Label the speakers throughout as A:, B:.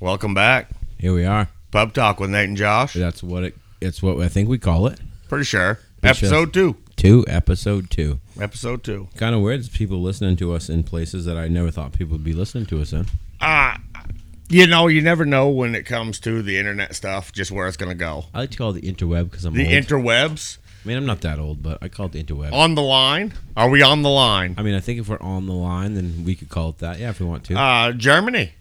A: Welcome back.
B: Here we are.
A: Pub Talk with Nate and Josh.
B: That's what it. It's what I think we call it.
A: Pretty sure.
B: Pretty sure.
A: Episode two.
B: Two episode two.
A: Episode two.
B: Kind of weird. It's people listening to us in places that I never thought people would be listening to us in.
A: Ah, you know, you never know when it comes to the internet stuff, just where it's going to go.
B: I like to call it the interweb because I'm
A: The Oh.
B: old.
A: interwebs
B: I mean, I'm not that old, but I call it the interweb.
A: on the line. Are we on the line?
B: I mean, I think if we're on the line, then we could call it that. Yeah, if we want to.
A: Uh, Germany.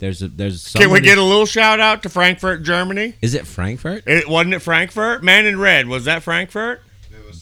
B: there's a there's.
A: Can we
B: somebody-
A: get a little shout out to Frankfurt, Germany?
B: Is it Frankfurt?
A: It wasn't it Frankfurt. Man in red was that Frankfurt?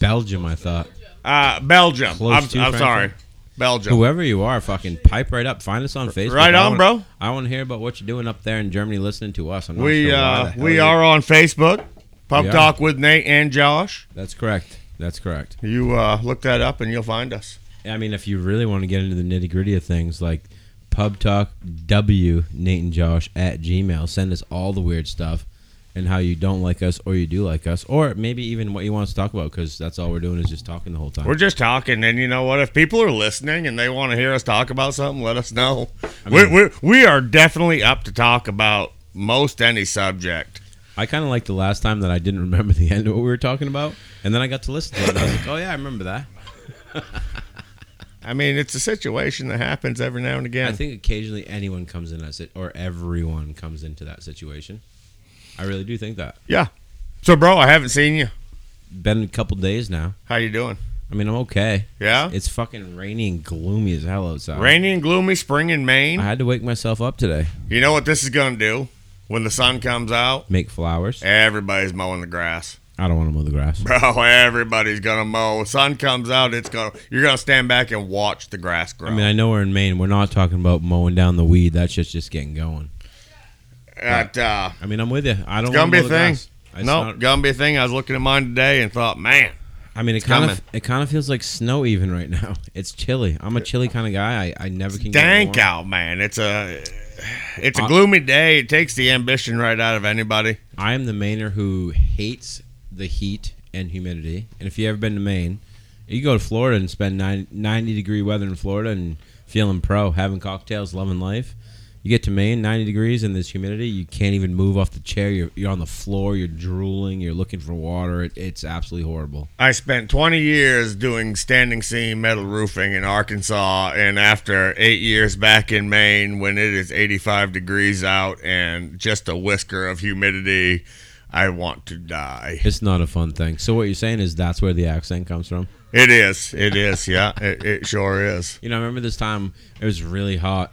B: Belgium, I thought.
A: Uh, Belgium.
B: Close
A: I'm,
B: to
A: I'm
B: Frankfurt.
A: sorry, Belgium.
B: Whoever you are, fucking pipe right up. Find us on Facebook.
A: Right
B: I
A: on,
B: wanna-
A: bro.
B: I want to hear about what you're doing up there in Germany, listening to us. I'm not
A: We
B: sure why the
A: uh,
B: hell
A: we
B: you-
A: are on Facebook. Pub
B: We are.
A: Talk with Nate and Josh.
B: That's correct. That's correct.
A: You uh, look that up and you'll find us.
B: I mean, if you really want to get into the nitty gritty of things, like pub talk w Nate and Josh at Gmail, send us all the weird stuff and how you don't like us or you do like us, or maybe even what you want us to talk about because that's all we're doing is just talking the whole time.
A: We're just talking, and you know what? If people are listening and they want to hear us talk about something, let us know.
B: mean-
A: we, we, we are definitely up to talk about most any subject.
B: I kind of like the last time that I didn't remember the end of what we were talking about, and then I got to listen to it. And I was like, oh yeah, I remember that.
A: I mean, it's a situation that happens every now and again.
B: I think occasionally anyone comes in that sit- or everyone comes into that situation. I really do think that.
A: yeah. So, bro, I haven't seen you.
B: Been a couple days now.
A: How you doing?
B: I mean, I'm okay.
A: Yeah.
B: It's fucking rainy and gloomy as hell outside.
A: Rainy and gloomy spring in Maine.
B: I had to wake myself up today,
A: You know what this is going to do? When the sun comes out,
B: make flowers.
A: Eh. everybody's mowing the grass.
B: I don't want to mow the grass.
A: Bro, everybody's going to mow. Sun comes out, it's going to you're going to stand back and watch the grass grow.
B: I mean, I know we're in Maine. We're not talking about mowing down the weed. That shit's just getting going.
A: At, uh,
B: I mean, I'm with you. I don't
A: Gonna
B: want
A: be
B: to
A: a
B: mow the
A: thing.
B: grass. It's
A: no,
B: not-
A: gonna be a thing. I was looking at mine today and thought, man,
B: I mean, it kind
A: coming.
B: of it kind of feels like snow even right now. It's chilly. I'm a chilly kind of guy. I, I never can
A: dank
B: get warm.
A: out, man. It's a it's a
B: Uh,
A: gloomy day. It takes the ambition right out of anybody.
B: I am the Mainer who hates the heat and humidity. And if you ever been to Maine, you go to Florida and spend nine, 90 degree weather in Florida and feeling pro, having cocktails, loving life. You get to Maine, 90 degrees and this humidity, you can't even move off the chair. You're, you're on the floor, you're drooling, you're looking for water. It, it's absolutely horrible.
A: I spent 20 years doing standing seam metal roofing in Arkansas, and after eight years back in Maine, when it is 85 degrees out and just a whisker of humidity, I want to die.
B: It's not a fun thing. So what you're saying is that's where the accent comes from?
A: It is. It is. Yeah, it, it sure is.
B: You know, I remember this time it was really hot,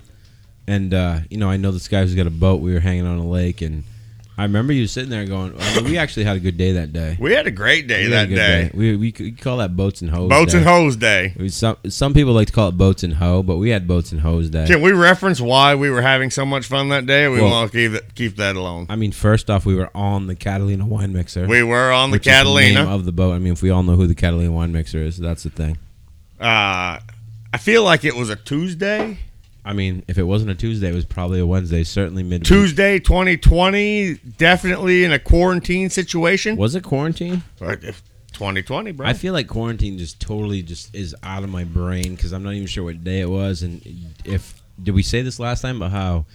B: and uh, you know, I know this guy who's got a boat. We were hanging on a lake, and I remember you sitting there going, I mean, "We actually had a good day that day.
A: We had a great day
B: We had a
A: that
B: good
A: day.
B: We, we could- we call that boats and hoes.
A: Boats
B: day.
A: and hose day.
B: I mean, Some some people like to call it boats and hoe, but we had boats and hoes day.
A: Can we reference why we were having so much fun that day? We
B: Well-
A: want to keep it, keep that alone.
B: I mean, first off, we were on the Catalina wine mixer.
A: We were on the
B: which is name
A: Catalina.
B: of the boat. I mean, if we all know who the Catalina wine mixer is, that's the thing.
A: Uh, I feel like it was a Tuesday,
B: I mean, if it wasn't a Tuesday, it was probably a Wednesday. Certainly midweek.
A: Tuesday 2020. Definitely in a quarantine situation.
B: Was it quarantine?
A: Right, if- 2020, bro.
B: I feel like quarantine just totally just is out of my brain because I'm not even sure what day it was. And if did we say this last time about how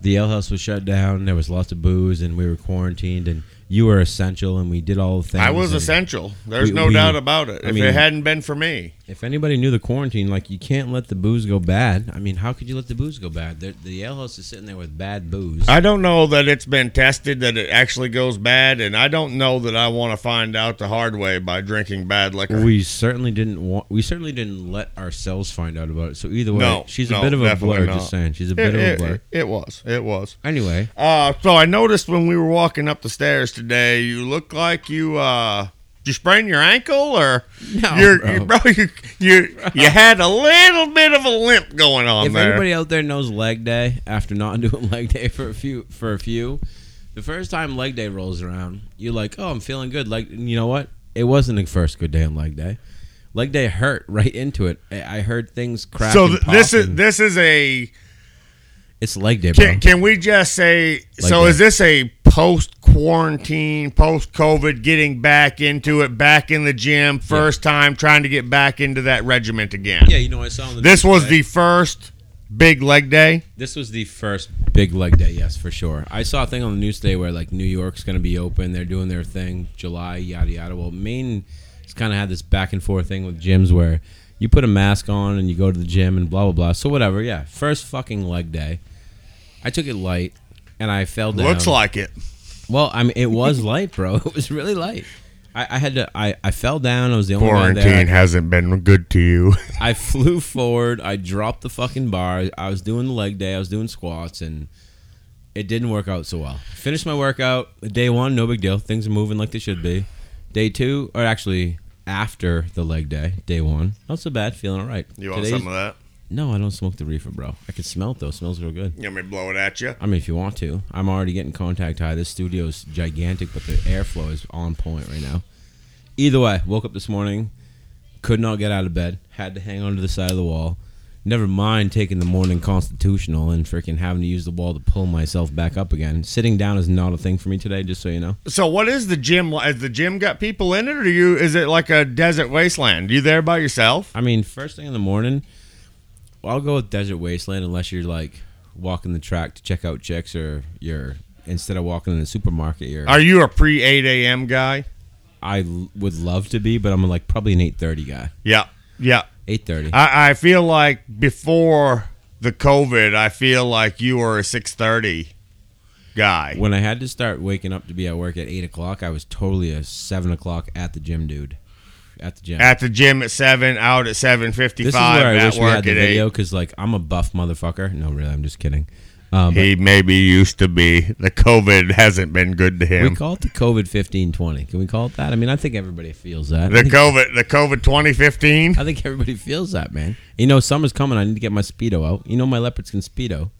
B: the ale house was shut down? There was lots of booze, and we were quarantined, and you were essential, and we did all the things.
A: I was
B: and
A: essential. There's
B: We-
A: no
B: we-
A: doubt about it.
B: I
A: If
B: mean-
A: it hadn't been for me,
B: If anybody knew the quarantine, like you can't let the booze go bad. I mean, how could you let the booze go bad? The, the ale house is sitting there with bad booze.
A: I don't know that it's been tested that it actually goes bad, and I don't know that I want to find out the hard way by drinking bad liquor.
B: we certainly didn't want. We certainly didn't let ourselves find out about it. So either way,
A: No,
B: she's
A: no,
B: a bit of a
A: definitely
B: blur.
A: not.
B: Just saying, she's a
A: it,
B: bit of a
A: it-
B: blur.
A: it- it was. It was.
B: Anyway,
A: Uh, so I noticed when we were walking up the stairs today, you look like you uh, you sprained your ankle, or
B: No,
A: you're,
B: Oh, bro.
A: you bro, you you you had a little bit of a limp going on
B: if
A: there.
B: anybody out there knows leg day after not doing leg day for a few for a few the first time leg day rolls around you're like oh i'm feeling good like and you know what it wasn't the first good day on leg day leg day hurt right into it i I heard things crack
A: so
B: and
A: th-
B: pop
A: this is
B: and-
A: this is a
B: it's leg day bro
A: can, can we just say
B: Oh. Like
A: so
B: that.
A: is this a post quarantine post covid getting back into it back in the gym first time trying to get back into that regiment again
B: yeah you know i saw on the
A: this
B: news
A: was
B: today.
A: the first Big leg day.
B: This was the first big leg day, yes, for sure. I saw a thing on the news today where like New York's going to be open, they're doing their thing, July, yada yada. Well, Maine has kind of had this back and forth thing with gyms where you put a mask on and you go to the gym and blah blah blah. So whatever, yeah. First fucking leg day, I took it light and I fell down.
A: Looks like it.
B: Well, I mean, it was light, bro. It was really light. I, I had to. I, I fell down. I was the only one there.
A: Quarantine hasn't been good to you.
B: I flew forward. I dropped the fucking bar. I was doing the leg day. I was doing squats, and it didn't work out so well. Finished my workout. Day one, no big deal. Things are moving like they should be. Day two, or actually after the leg day, day one, not so bad. Feeling all right.
A: You want
B: Today's-
A: some uh, of that?
B: No, I don't smoke the reefer, bro. I can smell it though. It smells real good.
A: You want me to blow it at you?
B: I mean, if you want to, I'm already getting contact high. This studio's gigantic, but the airflow is on point right now. Either way, woke up this morning, could not get out of bed, had to hang onto the side of the wall. Never mind taking the morning constitutional and freaking having to use the wall to pull myself back up again. Sitting down is not a thing for me today, just so you know.
A: So, what is the gym? li- Has the gym got people in it, or do you? Is it like a desert wasteland? You there by yourself?
B: I mean, first thing in the morning, well, I'll go with Desert Wasteland unless you're like walking the track to check out chicks or you're instead of walking in the supermarket, you're
A: Are you a pre eight a.m. guy?
B: I l- would love to be, but I'm like probably an 8:30 guy.
A: Yeah, yeah.
B: 8:30.
A: I, I feel like before the COVID, I feel like you were a six thirty guy.
B: when I had to start waking up to be at work at eight o'clock, I was totally a seven o'clock at the gym dude. At the gym.
A: At the gym at seven, out at seven
B: this is where
A: fifty-five,
B: I
A: at
B: wish we had
A: work
B: the
A: at
B: video
A: eight.
B: because like I'm a buff motherfucker. No, really, I'm just kidding. Um, but
A: He maybe used to be. The COVID hasn't been good to
B: we
A: him.
B: call it the COVID fifteen twenty. Can we call it that? I mean, I think everybody feels that.
A: The COVID, the COVID twenty fifteen.
B: I think everybody feels that, man. You know, summer's coming. I need to get my speedo out. You know, my leopards can speedo.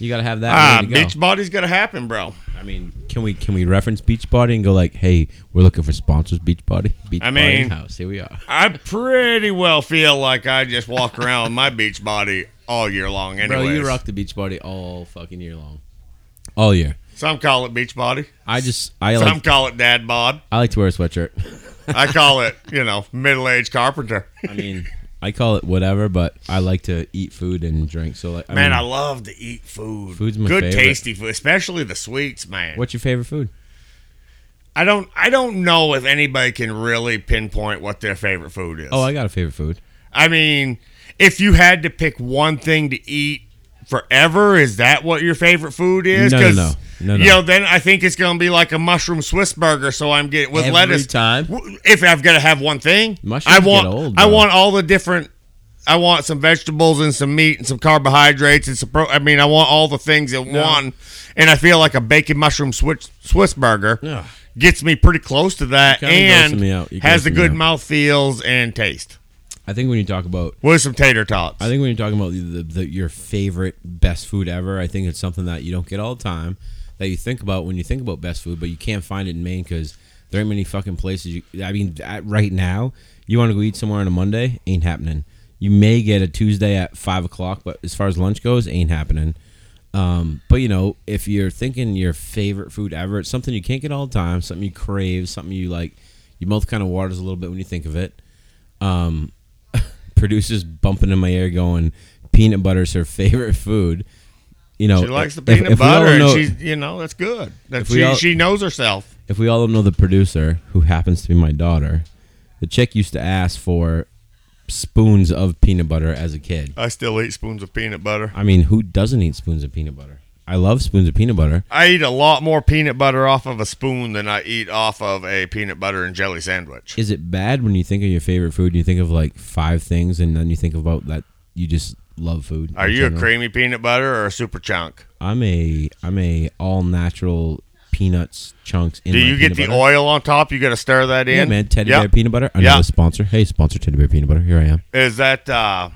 B: You gotta have that.
A: Ah,
B: ready to go.
A: beach body's gonna happen, bro.
B: I mean, can we can we reference Beachbody and go like, hey, we're looking for sponsors, Beachbody, Beachbody
A: I mean-
B: in house. Here we are.
A: I pretty well feel like I just walk around with my beach body all year long. Anyways,
B: Bro, you rock the Beachbody all fucking year long, all year.
A: some call it beach body,
B: I just I
A: some
B: like
A: call it dad bod.
B: I like to wear a sweatshirt.
A: I call it, you know, middle aged carpenter.
B: I mean, I call it whatever, but I like to eat food and drink. So like, I
A: Man, I
B: mean,
A: love to eat food.
B: Food's my
A: good,
B: favorite.
A: tasty food, especially the sweets, man.
B: what's your favorite food?
A: I don't, I don't know if anybody can really pinpoint what their favorite food is.
B: Oh, I got a favorite food.
A: I mean, if you had to pick one thing to eat forever, is that what your favorite food is?
B: No, no,
A: 'Cause,
B: no. No, no.
A: You know, then I think it's going to be like a mushroom Swiss burger. So I'm getting with
B: Every
A: lettuce.
B: time?
A: W- If I've got to have one thing,
B: Mushrooms
A: I want.
B: get old,
A: I
B: bro.
A: want all the different. I want some vegetables and some meat and some carbohydrates and some. Pro- I mean, I want all the things in one. And I feel like a bacon mushroom Swiss, Swiss burger
B: Ugh.
A: gets me pretty close to that,
B: You're kinda grossing
A: and
B: me out. You're
A: has the
B: grossing me
A: good
B: out.
A: mouth feels and taste
B: I think when you talk about
A: with some tater tots.
B: I think when you're talking about the, the, the, your favorite best food ever, I think it's something that you don't get all the time that you think about when you think about best food, but you can't find it in Maine because there ain't many fucking places. You, I mean, at, right now, you want to go eat somewhere on a Monday? Ain't happening. You may get a Tuesday at five o'clock, but as far as lunch goes, ain't happening. Um, but you know, if you're thinking your favorite food ever, it's something you can't get all the time, something you crave, something you like. Your mouth kind of waters a little bit when you think of it producers bumping in my ear going peanut butter's her favorite food you know
A: She likes the
B: if-
A: peanut
B: if we all
A: butter, and
B: know-
A: she's you know that's good. That
B: If we
A: she,
B: all-
A: she knows herself.
B: if we all know the producer who happens to be my daughter the chick used to ask for spoons of peanut butter as a kid
A: I still eat spoons of peanut butter.
B: i mean who doesn't eat spoons of peanut butter i love spoons of peanut butter
A: I eat a lot more peanut butter off of a spoon than I eat off of a peanut butter and jelly sandwich.
B: is it bad when you think of your favorite food and you think of like five things and then you think about that you just love food
A: Are
B: in
A: you a
B: general?
A: creamy peanut butter or a super chunk?
B: i'm a i'm a all natural peanuts chunks in
A: Do
B: my
A: you get
B: peanut
A: the
B: butter.
A: oil on top? You got to stir that in.
B: Yeah, man. Teddy
A: Yep.
B: bear peanut butter. Another
A: Yeah.
B: sponsor. Hey, sponsor Teddy bear peanut butter. Here I am.
A: Is that uh,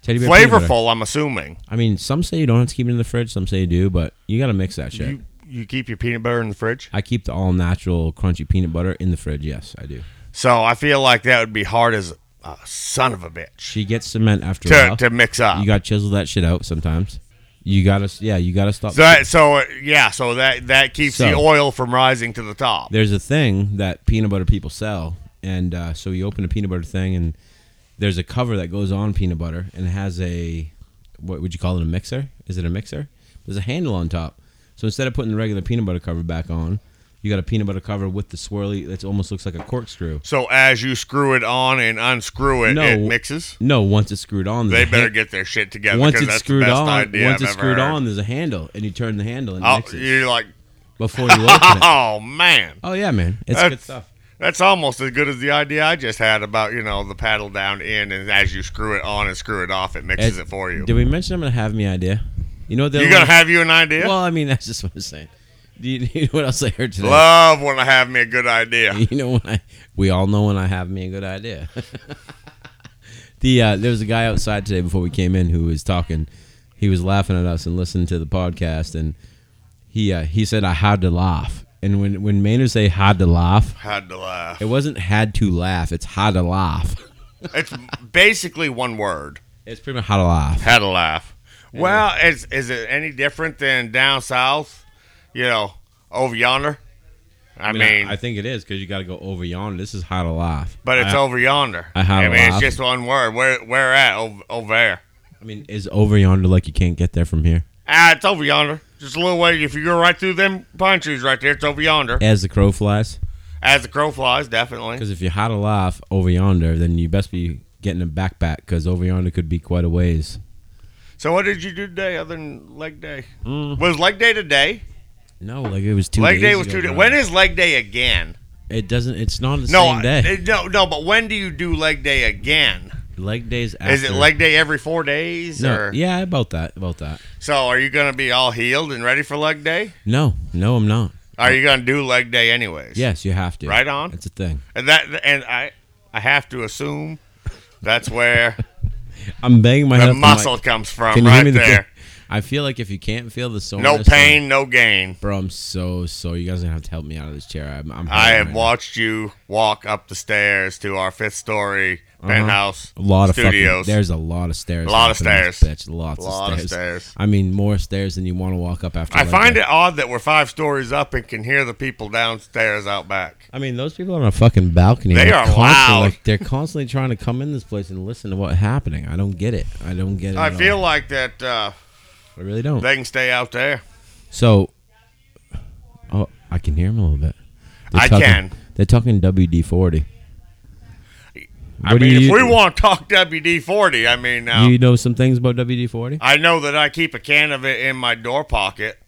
B: Teddy bear peanut butter.
A: flavorful? I'm assuming
B: I mean, some say you don't have to keep it in the fridge. Some say you do, but you gotta mix that shit.
A: you you keep your peanut butter in the fridge.
B: I keep the all natural crunchy peanut butter in the fridge. Yes, I do.
A: So I feel like that would be hard as a son of a bitch
B: She gets cement after a
A: to,
B: while.
A: to mix up.
B: you gotta chisel that shit out sometimes. You gotta, yeah, you gotta stop.
A: So that, so uh, yeah, so that that keeps the
B: So-
A: oil from rising to the top.
B: there's a thing that peanut butter people sell, and uh, so you open a peanut butter thing, and there's a cover that goes on peanut butter, and it has a what would you call it a mixer? Is it a mixer? There's a handle on top. So instead of putting the regular peanut butter cover back on, you got a peanut butter cover with the swirly that almost looks like a corkscrew.
A: So as you screw it on and unscrew it,
B: No.
A: it mixes.
B: No, once it's screwed on,
A: They
B: there's a
A: better
B: han-
A: get their shit together.
B: once
A: 'cause
B: it's
A: that's the
B: screwed
A: best
B: on,
A: idea
B: once
A: I've
B: it's screwed
A: ever heard.
B: on, there's a handle, and you turn the handle and it
A: Oh,
B: mixes
A: you're like,
B: before you open it.
A: oh man,
B: Oh yeah, man, it's good
A: That's-
B: stuff.
A: that's almost as good as the idea I just had about you know the paddle down in, and as you screw it on and screw it off, it mixes it for you.
B: Did we mention I'm gonna have me idea? You know what the
A: You
B: other
A: gonna
B: one-
A: have you an idea?
B: Well, I mean that's just what I'm saying. Do you, you know what else I heard today?
A: Love when I have me a good idea.
B: You know when I we all know when I have me a good idea. the uh, there was a guy outside today before we came in who was talking. He was laughing at us and listening to the podcast, and he uh, he said I had to laugh. And when when Mainers say had to laugh,
A: Had to laugh.
B: it wasn't had to laugh. It's had to laugh.
A: It's basically one word.
B: It's pretty much how to laugh.
A: Had a laugh. Well, is is it any different than down south? You know, over yonder. I, mean,
B: I, think it is because you got to go over yonder. This is how to laugh.
A: but it's
B: I,
A: over yonder.
B: I had
A: I
B: a
A: mean,
B: laugh.
A: it's just one word. Where where at over, over there?
B: I mean, is over yonder like you can't get there from here?
A: Ah, it's over yonder. Just a little way. If you go right through them pine trees right there, it's over yonder.
B: As the crow flies.
A: As the crow flies, definitely.
B: Because if you had a laugh over yonder, then you best be getting a backpack because over yonder could be quite a ways.
A: So, what did you do today other than leg day? Was leg day today?
B: No, like it was Mm. two.
A: leg
B: days
A: day was
B: ago,
A: two days.
B: bro.
A: When is leg day again?
B: it doesn't. It's not the
A: No,
B: same day.
A: I- eh, no, no. But when do you do leg day again?
B: leg days. After.
A: Is it leg day every four days?
B: No,
A: or?
B: yeah, about that. About that.
A: So are you going to be all healed and ready for leg day?
B: No, no, I'm not.
A: Are you going to do leg day anyways?
B: Yes, you have to.
A: Right on.
B: That's a thing.
A: And that and I I have to assume that's where
B: I'm banging my head.
A: the
B: up, I'm
A: muscle
B: Like,
A: comes from
B: can you
A: right
B: hear me? The
A: there.
B: I feel like if you can't feel the soreness,
A: no
B: I'm-
A: pain, no gain.
B: bro. I'm so so. You guys are gonna have to help me out of this chair. I'm. I'm
A: I
B: hurting
A: have
B: right
A: watched you walk up the stairs to our fifth story penthouse
B: now. Uh-huh. A lot of
A: studios.
B: Fucking, there's a lot of stairs.
A: A lot of
B: up in this
A: stairs.
B: Bitch, lots
A: Lot
B: of
A: of
B: stairs.
A: stairs.
B: I mean, more stairs than you want to walk up after.
A: I find it odd that we're five stories up and can hear the people downstairs out back.
B: I mean, those people on a fucking balcony.
A: They
B: they're
A: are
B: constantly,
A: loud.
B: Like, they're constantly trying to come in this place and listen to what's happening. I don't get it. I don't get it.
A: I
B: at
A: feel
B: all.
A: like that uh,
B: I really don't.
A: they can stay out there.
B: so, oh, I can hear them a little bit. They're
A: I
B: talking-
A: can.
B: They're talking WD forty.
A: I mean, if we want to talk WD forty, I mean, now
B: you know some things about WD forty.
A: I know that I keep a can of it in my door pocket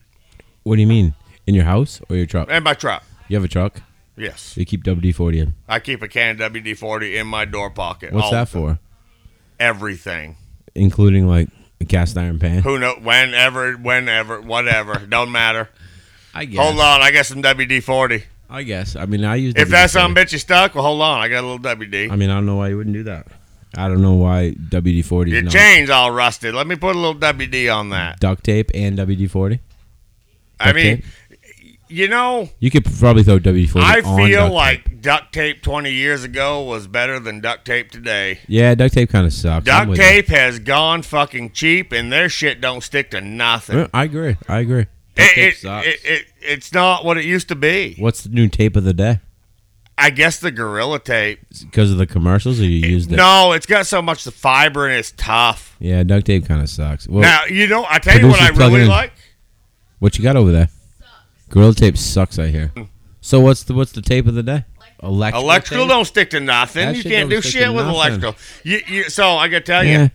B: What do you mean? In your house or your truck?
A: and my truck.
B: You have a truck.
A: Yes,
B: You keep WD forty in.
A: I keep a can of WD forty in my door pocket.
B: What's
A: All-
B: that for?
A: Everything.
B: Including like a cast iron pan.
A: Who know? Whenever, whenever, whatever. Don't matter.
B: I guess.
A: Hold on, I got some WD forty.
B: I guess. I mean, I use.
A: If
B: WD-40.
A: that some bitch is stuck, well, hold on, I got a little WD.
B: I mean, I don't know why you wouldn't do that. I don't know why WD forty
A: Your
B: is not
A: chain's all rusted. Let me put a little WD on that.
B: duct tape and WD forty.
A: I
B: Duct
A: mean,
B: tape?
A: you know,
B: You could probably throw WD forty.
A: I feel like duct tape twenty years ago was better than duct tape today.
B: yeah, duct tape kind of sucks. I'm
A: Duct
B: with
A: tape has gone fucking cheap, and their shit don't stick to nothing.
B: you. Uh, I agree. I agree. Duct
A: it,
B: tape
A: it,
B: sucks.
A: it, it, it's not what it used to be.
B: What's the new tape of the day?
A: I guess the Gorilla Tape.
B: Because of the commercials, or you used it?
A: No, it's got so much the fiber and it's tough.
B: Yeah, duct tape kind of sucks. Well,
A: Now you know, I tell you what I
B: Producer's plugging
A: really
B: in.
A: like.
B: what you got over there? Gorilla tape sucks. I hear. So what's the what's the tape of the day? Electrical.
A: Electrical
B: tape?
A: don't stick to nothing.
B: That
A: you
B: shit
A: can't do
B: don't stick
A: shit
B: to
A: with
B: nothing.
A: electrical. You, you, so I gotta tell
B: Yeah.
A: you,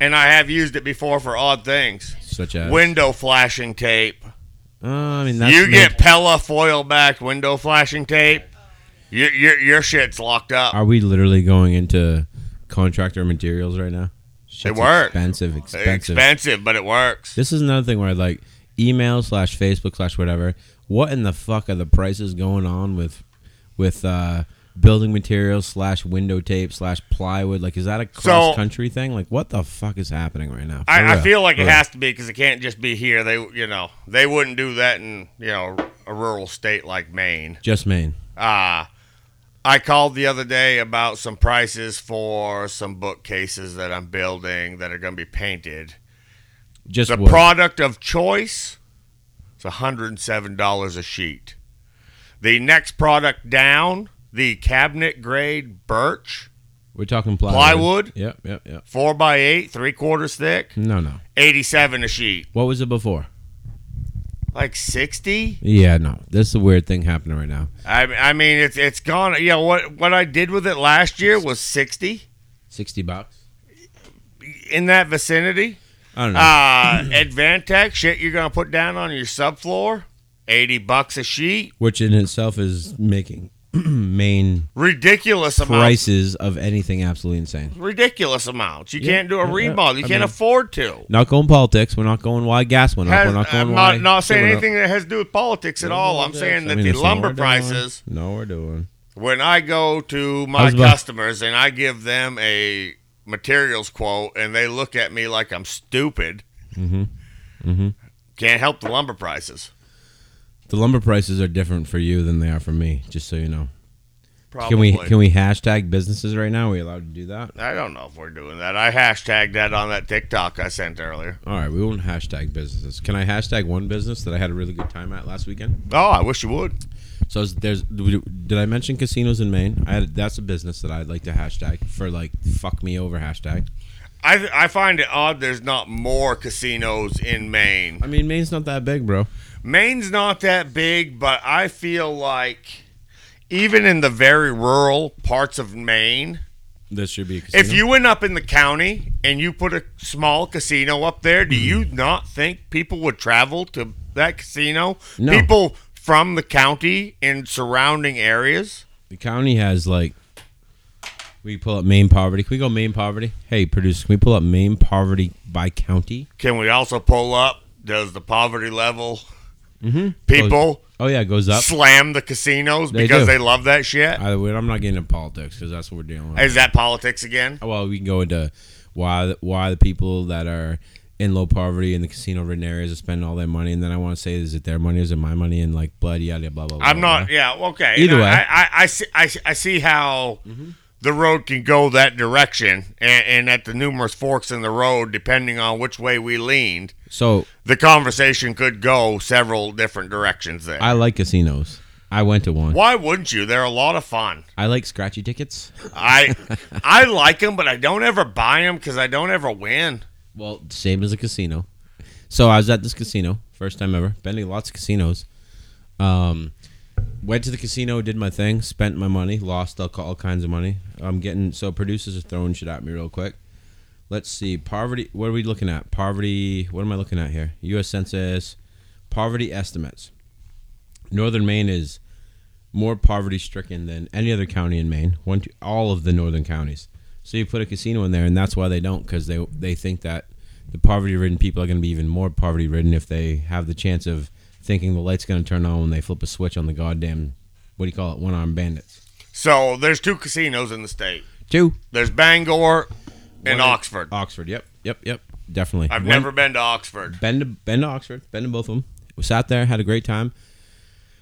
A: and I have used it before for odd things.
B: Such as
A: Window flashing tape.
B: Uh, I mean, that's
A: you
B: no-
A: get Pella foil back window flashing tape. Your, your, your shit's locked up.
B: Are we literally going into contractor materials right now? Shit's
A: work.
B: Expensive,
A: Expensive.
B: expensive.
A: but it works.
B: This is another thing where I'd like email slash Facebook slash whatever. What in the fuck are the prices going on with with uh, building materials slash window tape slash plywood? Like, is that a cross country thing? Like, what the fuck is happening right now? For
A: I, I
B: real.
A: feel like
B: For
A: it
B: real.
A: has to be because it can't just be here. They, you know, they wouldn't do that in you know a rural state like Maine.
B: just Maine.
A: Uh I called the other day about some prices for some bookcases that I'm building that are going to be painted.
B: Just
A: The
B: wood.
A: product of choice is $107 a sheet. The next product down, the cabinet grade birch,
B: We're talking plywood.
A: Plywood?
B: Yep, yep, yep.
A: Four by eight, three quarters thick,
B: No, no.
A: eighty-seven a sheet.
B: What was it before?
A: Like sixty.
B: Yeah, no. This is a weird thing happening right now.
A: I, I mean, it's it's gone. You know what what I did with it last year was sixty
B: Sixty bucks.
A: in that vicinity.
B: I don't know.
A: Uh, Advantech shit you're gonna put down on your subfloor, eighty bucks a sheet.
B: Which in itself is making main
A: Ridiculous amount.
B: prices of anything absolutely insane.
A: Ridiculous amounts. You can't do a
B: yeah, yeah.
A: remodel. You
B: I
A: can't
B: mean-
A: afford to.
B: Not going politics. We're not going why gas went up.
A: Has-
B: We're not going
A: I'm
B: why.
A: not, not saying
B: shit went up.
A: anything that has to do with politics at all. I'm saying that
B: I mean,
A: the
B: that's not what
A: lumber
B: we're doing.
A: prices,
B: No, we're doing.
A: when I go to my
B: was about-
A: customers and I give them a materials quote and they look at me like I'm stupid,
B: Mm-hmm. Mm-hmm.
A: can't help the lumber prices.
B: The lumber prices are different for you than they are for me. Just so you know.
A: Probably.
B: Can we can we hashtag businesses right now? Are we allowed to do that?
A: I don't know if we're doing that. I hashtagged that on that TikTok I sent earlier.
B: All right, we won't hashtag businesses. Can I hashtag one business that I had a really good time at last weekend?
A: Oh, I wish you would.
B: So I was- there's did I mention casinos in Maine? I had, that's a business that I'd like to hashtag for like fuck me over hashtag.
A: I I find it odd there's not more casinos in Maine.
B: I mean Maine's not that big, bro.
A: Maine's not that big, but I feel like even in the very rural parts of Maine,
B: This should be a casino.
A: if you went up in the county and you put a small casino up there,
B: Hmm.
A: do you not think people would travel to that casino?
B: No.
A: People from the county and surrounding areas?
B: the county has like we pull up Maine poverty. Can we go Maine poverty? Hey, producer, can we pull up Maine poverty by county?
A: Can we also pull up? Does the poverty level people
B: Oh yeah, it goes Mm-hmm. up.
A: slam the casinos
B: They
A: because
B: do.
A: they love that shit?
B: Either way, I'm not getting into politics because that's what we're dealing with.
A: Is that politics again?
B: Well, we can go into why why the people that are in low poverty in the casino ridden areas are spending all their money, and then I want to say, is it their money? Is it my money? And like blood, yada blah blah. blah
A: I'm not.
B: blah.
A: Yeah. Okay.
B: Either
A: No,
B: way.
A: I, I, I see. I, see- I see how the road can go that direction, and, and at the numerous forks in the road, depending on which way we leaned,
B: So
A: the conversation could go several different directions. There.
B: I like casinos. I went to one.
A: Why wouldn't you? They're a lot of fun.
B: I like scratchy tickets.
A: I I like them, but I don't ever buy them because I don't ever win.
B: Well, same as a casino. So I was at this casino first time ever. Been to lots of casinos. Um, went to the casino, did my thing, spent my money, lost all, all kinds of money. I'm getting so producers are throwing shit at me real quick. Let's see, poverty. What are we looking at? Poverty. What am I looking at here? U.S. Census poverty estimates. Northern Maine is more poverty stricken than any other county in Maine. One, two, all of the northern counties. So you put a casino in there, and that's why they don't, because they they think that the poverty ridden people are going to be even more poverty ridden if they have the chance of thinking the light's going to turn on when they flip a switch on the goddamn what do you call it one armed bandits.
A: So there's two casinos in the state.
B: Two
A: There's Bangor and
B: One in-
A: Oxford.
B: Oxford. Yep, yep, yep. Definitely.
A: I've
B: One-
A: never been to Oxford.
B: been to been to Oxford, been to both of them. We sat there, had a great time.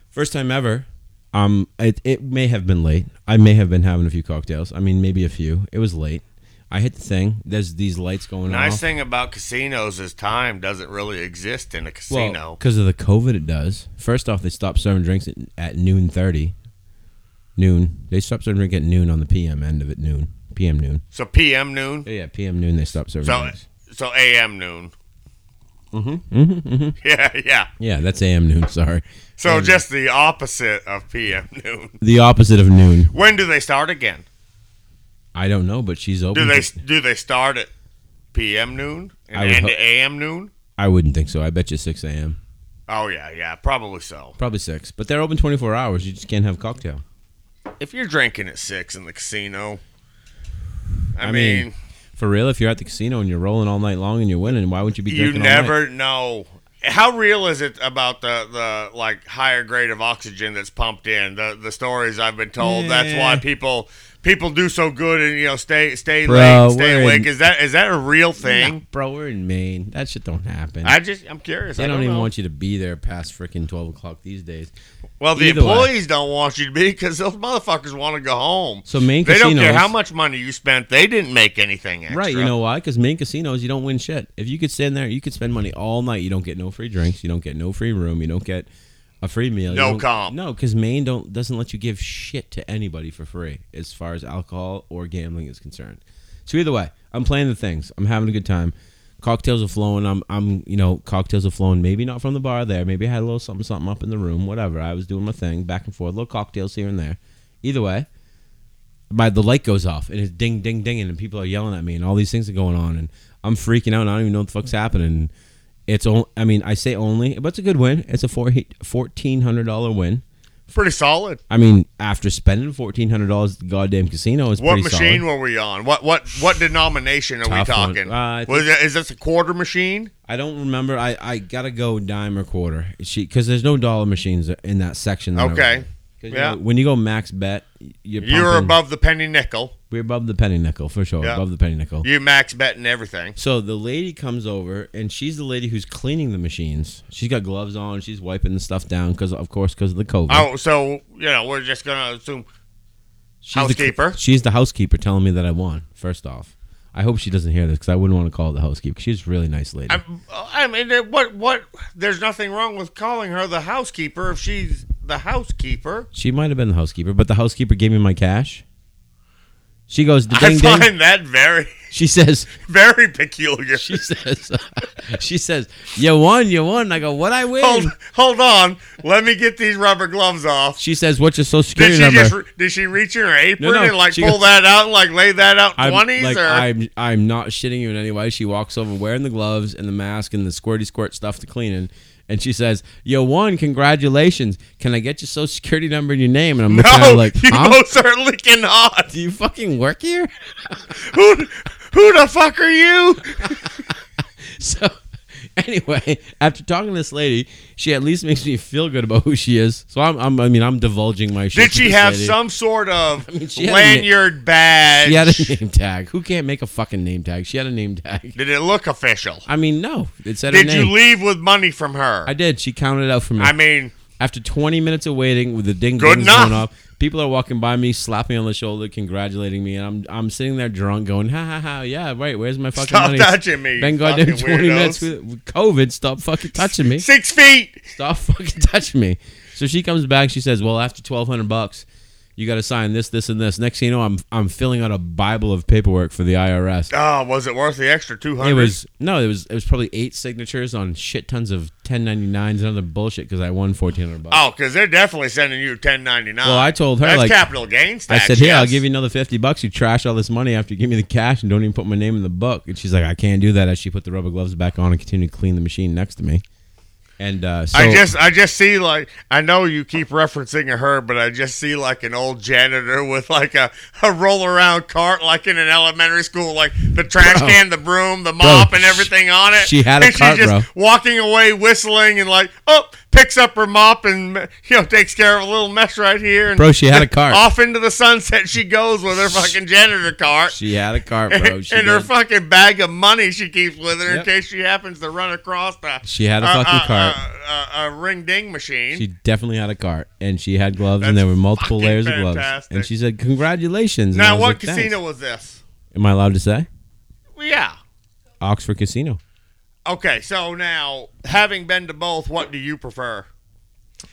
B: First time ever. Um, it, it may have been late. I may have been having a few cocktails. I mean, maybe a few. It was late. I hit the thing. There's these lights going
A: Nice
B: off.
A: thing about casinos is time doesn't really exist in a casino.
B: because of the COVID, it does. First off, they stopped serving drinks at, at noon thirty. Noon. They stopped serving drink at noon on the PM end of it. Noon. PM noon. uh,
A: so PM noon.
B: Oh, Yeah, yeah PM noon. They stopped serving
A: So
B: drinks.
A: so AM noon.
B: Mm-hmm, mm-hmm.
A: Yeah, yeah.
B: Yeah, that's AM noon. Sorry.
A: So just the opposite of PM noon.
B: The opposite of noon.
A: When do they start again?
B: I don't know, but she's open.
A: Do they
B: to-
A: do they start at PM noon
B: I
A: and
B: would
A: end
B: ho-
A: at AM noon?
B: I wouldn't think so. I bet you 6 a.m.
A: Oh yeah, yeah, probably so.
B: Probably 6. But they're open 24 hours. You just can't have a cocktail.
A: If you're drinking at six in the casino, I,
B: I mean,
A: mean,
B: For real, if you're at the casino and you're rolling all night long and you're winning, why would you be
A: you
B: drinking all night?
A: never know. How real is it about the, the like higher grade of oxygen that's pumped in? The the stories I've been told. That's why
B: Yeah.
A: people people do so good and you know stay stay
B: Bro,
A: late, stay
B: we're
A: awake.
B: in-
A: Is that is that a real thing?
B: Nah, bro, we're in Maine. That shit don't happen.
A: I just I'm curious.
B: they
A: I
B: don't, even
A: know.
B: want you to be there past freaking 12 o'clock these days.
A: Well, the
B: either way.
A: employees don't want you to be because those motherfuckers want to go home.
B: So Maine
A: they
B: casinos.
A: don't care how much money you spent. They didn't make anything extra.
B: Right, you know why? Because Maine casinos, you don't win shit. If you could stand there, you could spend money all night. You don't get no free drinks. You don't get no free room. You don't get a free meal. You
A: No
B: don't-
A: comp.
B: No, because Maine don't doesn't let you give shit to anybody for free as far as alcohol or gambling is concerned. So either way, I'm playing the things. I'm having a good time. Cocktails are flowing. I'm I'm you know cocktails are flowing. Maybe not from the bar there. Maybe I had a little something something up in the room. Whatever. I was doing my thing back and forth. Little cocktails here and there. Either way, my the light goes off and it's ding ding dinging and people are yelling at me and all these things are going on and I'm freaking out and I don't even know what the fuck's happening. It's on. I mean, I say only, but it's a good win. It's a four fourteen hundred dollar win.
A: Pretty solid.
B: I mean, after spending fourteen hundred dollars at the goddamn casino, it's
A: What
B: pretty
A: machine
B: solid.
A: were we on? What what what denomination are we
B: Tough one.
A: talking?
B: Uh, I think-
A: Was it, is this a quarter machine?
B: I don't remember. I I gotta go dime or quarter. She because there's no dollar machines in that section. that I
A: Okay.
B: was in. 'Cause, you
A: Yeah.
B: know, when you go max bet, you're
A: You were
B: pumping-
A: above the penny nickel.
B: We're above the penny nickel for sure.
A: Yeah.
B: Above the penny nickel.
A: You max betting everything.
B: So the lady comes over, and she's the lady who's cleaning the machines. She's got gloves on. She's wiping the stuff down because, of course, because of the COVID.
A: Oh, so you know we're just gonna assume.
B: she's
A: housekeeper.
B: The, she's the housekeeper telling me that I won. First off, I hope she doesn't hear this because I wouldn't want to call her the housekeeper. 'cause She's a really nice lady.
A: I, I mean, it- what what? There's nothing wrong with calling her the housekeeper if she's the housekeeper.
B: she might have been the housekeeper, but the housekeeper gave me my cash. She goes,
A: I
B: ding
A: find
B: ding.
A: that very
B: She says,
A: very peculiar.
B: she says, she says, you won, you won. I go, what I win?
A: Hold hold on, let me get these rubber gloves off.
B: She says, what's your social
A: Did
B: security
A: she
B: number?
A: just re- did she reach in her apron
B: no,
A: and like
B: she
A: pull
B: goes-
A: that out and like lay that out
B: I'm,
A: twenties
B: like,
A: or?
B: I'm I'm not shitting you in any way. She walks over wearing the gloves and the mask and the squirty squirt stuff to cleaning, and she says, "Yo, one, congratulations. Can I get your social security number and your name?" And I'm looking at her
A: no,
B: like,
A: Oh, you
B: "Huh?
A: most certainly cannot.
B: Do you fucking work here?"
A: Who, who the fuck are you?
B: so, anyway, after talking to this lady, she at least makes me feel good about who she is. So I'm, I'm I mean, I'm divulging my shit.
A: Did
B: to
A: she
B: this
A: have
B: lady.
A: some sort of
B: mean, she had a na-
A: lanyard badge?
B: She had a name tag. Who can't make a fucking name tag? She had a name tag.
A: Did it look official?
B: I mean, no, it said
A: Did
B: her name.
A: you leave with money from her?
B: I did. She counted it out for me.
A: I mean,
B: After 20 minutes of waiting with the ding
A: Good
B: dings
A: enough.
B: going off, people are walking by me, slapping me on the shoulder, congratulating me, and I'm I'm sitting there drunk, going, ha ha ha, yeah, right. Where's my fucking
A: Stop
B: money?
A: touching me, you
B: Been goddamn
A: fucking
B: 20
A: weirdos.
B: minutes with, with COVID. Stop fucking touching me.
A: six feet.
B: Stop fucking touching me. So she comes back. She says, well, after 1,200 bucks, you got to sign this, this, and this. Next thing you know, I'm I'm filling out a bible of paperwork for the IRS.
A: Oh, was it worth the extra two
B: It
A: hundred?
B: was no, it was it was probably eight signatures on shit tons of 1099s and other bullshit because I won 1,400 bucks.
A: Oh, because they're definitely sending you ten ninety nine.
B: Well, I told her,
A: Ah, that's
B: like-
A: capital gains
B: I
A: tax.
B: said, "Here, I'll
A: yes."
B: give you another fifty bucks. You trash all this money after you give me the cash and don't even put my name in the book." And she's like, "I can't do that." As she put the rubber gloves back on and continued to clean the machine next to me. And uh, so,
A: I just, I just see like, I know you keep referencing her, but I just see like an old janitor with like a, a roll around cart, like in an elementary school, like the trash
B: Bro.
A: can, the broom, the mop, and
B: sh-
A: everything on it.
B: she had a
A: and
B: cart,
A: she's
B: bro.
A: just walking away, whistling, and like, oh, picks up her mop and you know takes care of a little mess right here. And
B: Bro, she had a cart.
A: Off into the sunset she goes with her fucking janitor cart.
B: she had a cart,
A: and
B: bro. She,
A: and her
B: did.
A: fucking bag of money she keeps with her in
B: Yep.
A: case she happens to run across a,
B: She had a
A: a-
B: fucking
A: a-
B: cart.
A: uh, a, a, a ring ding machine.
B: she definitely had a cart, and she had gloves, and
A: That's
B: there were multiple
A: fucking
B: layers of gloves.
A: fantastic.
B: And she said, "Congratulations!" And I
A: now,
B: was
A: what
B: like,
A: casino
B: "Thanks."
A: was this?
B: Am I allowed to say
A: Well, yeah.
B: Oxford Casino?
A: Okay, so now having been to both, what do you prefer?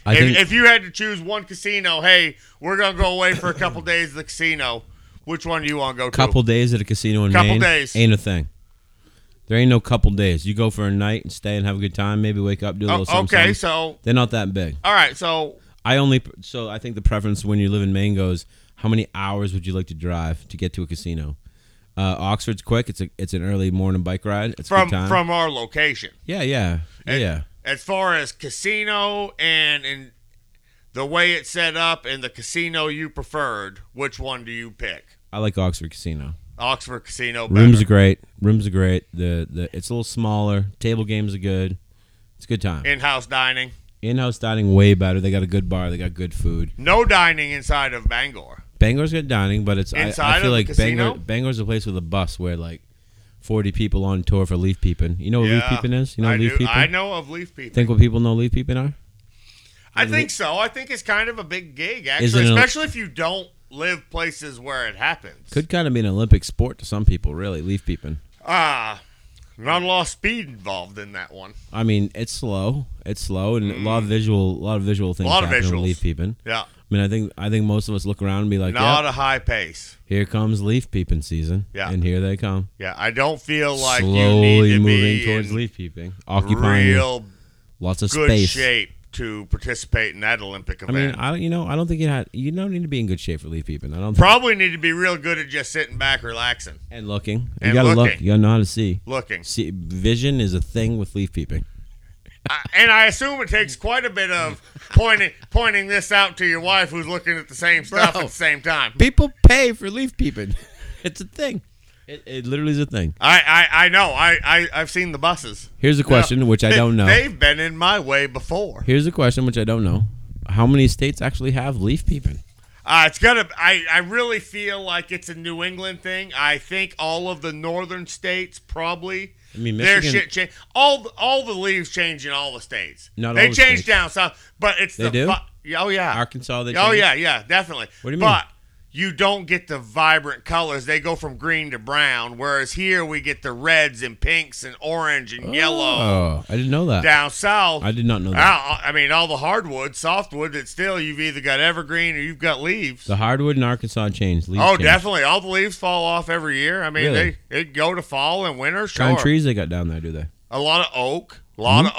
B: I
A: If,
B: think
A: if you had to choose one casino, hey, we're gonna go away for a couple days at the casino. Which one do you want to go
B: couple days at a casino in
A: Couple
B: Maine
A: days.
B: ain't a thing. There ain't no couple days. You go for a night and stay and have a good time. Maybe wake up, do a
A: to?
B: little
A: Oh,
B: something.
A: okay,
B: something.
A: so
B: They're not that big.
A: all right, so
B: I only so I think the preference when you live in Maine goes how many hours would you like to drive to get to a casino? Uh, Oxford's quick. It's a it's an early morning bike ride. It's a
A: from
B: good time.
A: from our location.
B: yeah, yeah, yeah,
A: And
B: yeah.
A: As far as casino and and the way it's set up and the casino you preferred, which one do you pick?
B: I like Oxford Casino.
A: Oxford Casino. Better.
B: Rooms are great. Rooms are great. The the it's a little smaller. Table games are good. It's a good time.
A: in-house dining.
B: In-house dining way better. They got a good bar. They got good food.
A: No dining inside of Bangor.
B: Bangor's good dining, but it's I,
A: Inside
B: I
A: of
B: feel
A: the
B: like
A: casino?
B: Bangor, Bangor's a place with a bus where like forty people on tour for leaf peeping. You know what leaf peeping is? You know
A: I
B: what leaf
A: do.
B: peeping?
A: I know of leaf peeping.
B: Think what people know leaf peeping are?
A: I think so. I think it's kind of a big gig,
B: Is it
A: actually,
B: an-
A: especially if you don't live places where it happens.
B: Could kind of be an Olympic sport to some people, really. Leaf peeping.
A: Ah, A lot of speed involved in that one.
B: I mean, it's slow. It's slow, and a lot of visual, a lot of visual things
A: Mm. Lot of
B: happen
A: visuals.
B: with leaf peeping.
A: Yeah.
B: I mean, I think I think most of us look around and be like,
A: Not
B: "Yep,
A: a high pace.
B: here comes leaf peeping season."
A: Yeah.
B: and here they come,
A: Yeah, I don't feel like you need
B: slowly
A: to
B: moving
A: be
B: towards
A: in
B: leaf peeping, occupying
A: real
B: lots of
A: good
B: space.
A: shape to participate in that Olympic
B: I mean,
A: event.
B: I don't, you know, I don't think it had. You don't need to be in good shape for leaf peeping. I don't. Think,
A: Probably need to be real good at just sitting back, relaxing,
B: and looking, you
A: And
B: gotta look.
A: looking.
B: You gotta know how to see.
A: looking.
B: See, vision is a thing with leaf peeping.
A: I, and I assume it takes quite a bit of pointing pointing this out to your wife, who's looking at the same stuff
B: Bro.
A: at the same time.
B: People pay for leaf peeping. It's a thing. It, it literally is a thing.
A: I, I, I know. I, I I've seen the buses.
B: Here's a question, which I
A: They-
B: don't know.
A: They've been in my way before.
B: Here's a question which I don't know. How many states actually have leaf peeping?
A: Uh, it's gonna. I, I really feel like it's a New England thing. I think all of the northern states probably.
B: I mean,
A: their
B: Michigan-
A: shit change. All the- all the leaves change in all the states.
B: Not
A: they
B: all the
A: change
B: states.
A: down south, but it's
B: They
A: the
B: do?
A: fu- oh yeah,
B: Arkansas, they
A: oh
B: change?
A: yeah, yeah, definitely.
B: What do you
A: But you don't get the vibrant colors. They go from green to brown, whereas here we get the reds and pinks and orange and yellow.
B: Oh, I didn't know that.
A: Down south,
B: I did not know that.
A: I, I mean, all the hardwood, softwood. That still, you've either got evergreen or you've got leaves.
B: The hardwood in Arkansas changed. Leaves
A: Oh,
B: changed.
A: definitely. All the leaves fall off every year. I mean,
B: Really?
A: they, they go to fall and winter. Sure.
B: Kind of trees they got down there, do they?
A: A lot of oak. A lot
B: Hmm?
A: of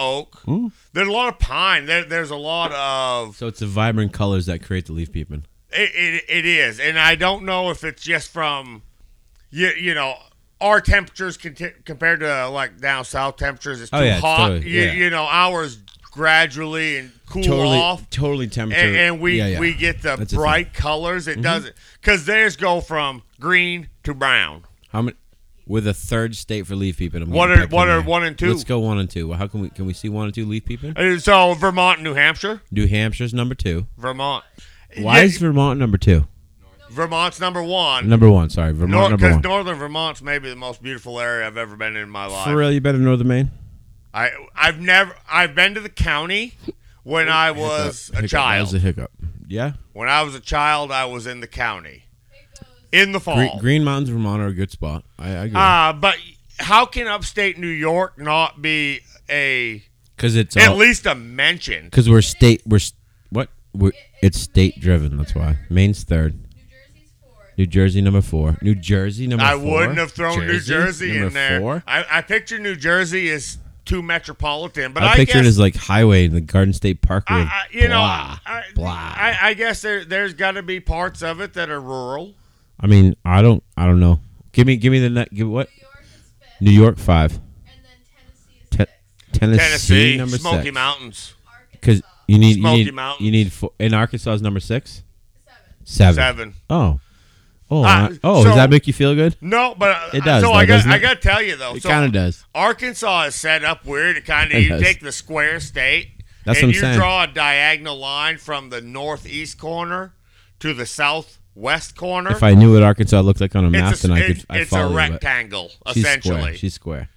A: oak. There's a lot of pine. There, there's a lot of.
B: So it's the vibrant colors that create the leaf peeping.
A: It, it, it is. And I don't know if it's just from, you, you know, our temperatures conti- compared to like down south temperatures. It's too
B: Oh, yeah, it's
A: hot.
B: totally-
A: you,
B: yeah.
A: you know, ours gradually and cool
B: Totally,
A: off.
B: totally temperature.
A: and, and we
B: Yeah, yeah.
A: we get the
B: That's a thing. Mm-hmm.
A: bright colors. It doesn't because theirs go from green to brown.
B: How many? With a third state for leaf peeping. I'm
A: What are-
B: getting pepped
A: what
B: in
A: are
B: there.
A: one and two?
B: Let's go one and two. Well, how can we can we see one and two leaf peeping?
A: Uh, So Vermont, New Hampshire,
B: New Hampshire's number two.
A: Vermont.
B: Why
A: Yeah,
B: is Vermont number two?
A: Vermont's number one?
B: Number one. Sorry, Vermont number
A: Because
B: one.
A: northern Vermont's maybe the most beautiful area I've ever been in in my life.
B: For real, you better Northern Maine.
A: I I've never I've been to the county when I was a
B: Hiccup. That was a
A: child.
B: hiccup. Yeah.
A: When I was a child, I was in the county in the
B: Gre-
A: fall.
B: Green Mountains, Vermont are a good spot. I, I agree.
A: Uh, but how can upstate New York not be a
B: Because it's
A: at
B: all
A: least a mention?
B: because we're state. We're s- what? We're, it's state driven. That's why Maine's third.
C: New Jersey's fourth.
B: New Jersey number four. New Jersey number
A: I
B: four.
A: wouldn't have thrown New Jersey
B: number
A: in there.
B: Four.
A: I, I picture New Jersey as too metropolitan, but
B: I,
A: I,
B: picture
A: guess
B: it as like highway in the Garden State Parkway.
A: I, I, you know,
B: blah,
A: I,
B: blah.
A: I, I guess there, there's got to be parts of it that are rural.
B: I mean, I don't. I don't know. Give me. Give me the net. Give what?
C: New York is fifth,
B: New York five.
C: and then Tennessee is
B: Te-
C: sixth.
B: Tennessee,
A: Tennessee,
B: number
A: Smoky
B: six.
A: Mountains,
B: Because you need.
A: Smoky
B: you need.
A: Mountains.
B: You need. Four, and Arkansas is number six.
C: Seventh.
A: seven.
B: Oh. Oh,
A: Ah,
B: I- oh,
A: so-
B: does that make you feel good?
A: No, but uh,
B: It does,
A: So
B: though,
A: I got,
B: doesn't it?
A: I got to tell you though.
B: It
A: so
B: kind of does.
A: Arkansas is set up weird. It kind of
B: It
A: you
B: does.
A: take the square state
B: That's
A: and
B: what I'm
A: you
B: saying.
A: draw a diagonal line from the northeast corner to the southwest corner.
B: If I knew what Arkansas looked like on a map,
A: it's a,
B: then I
A: it-
B: could I
A: it's a
B: follow you. but
A: rectangle
B: She's
A: essentially.
B: square. She's square.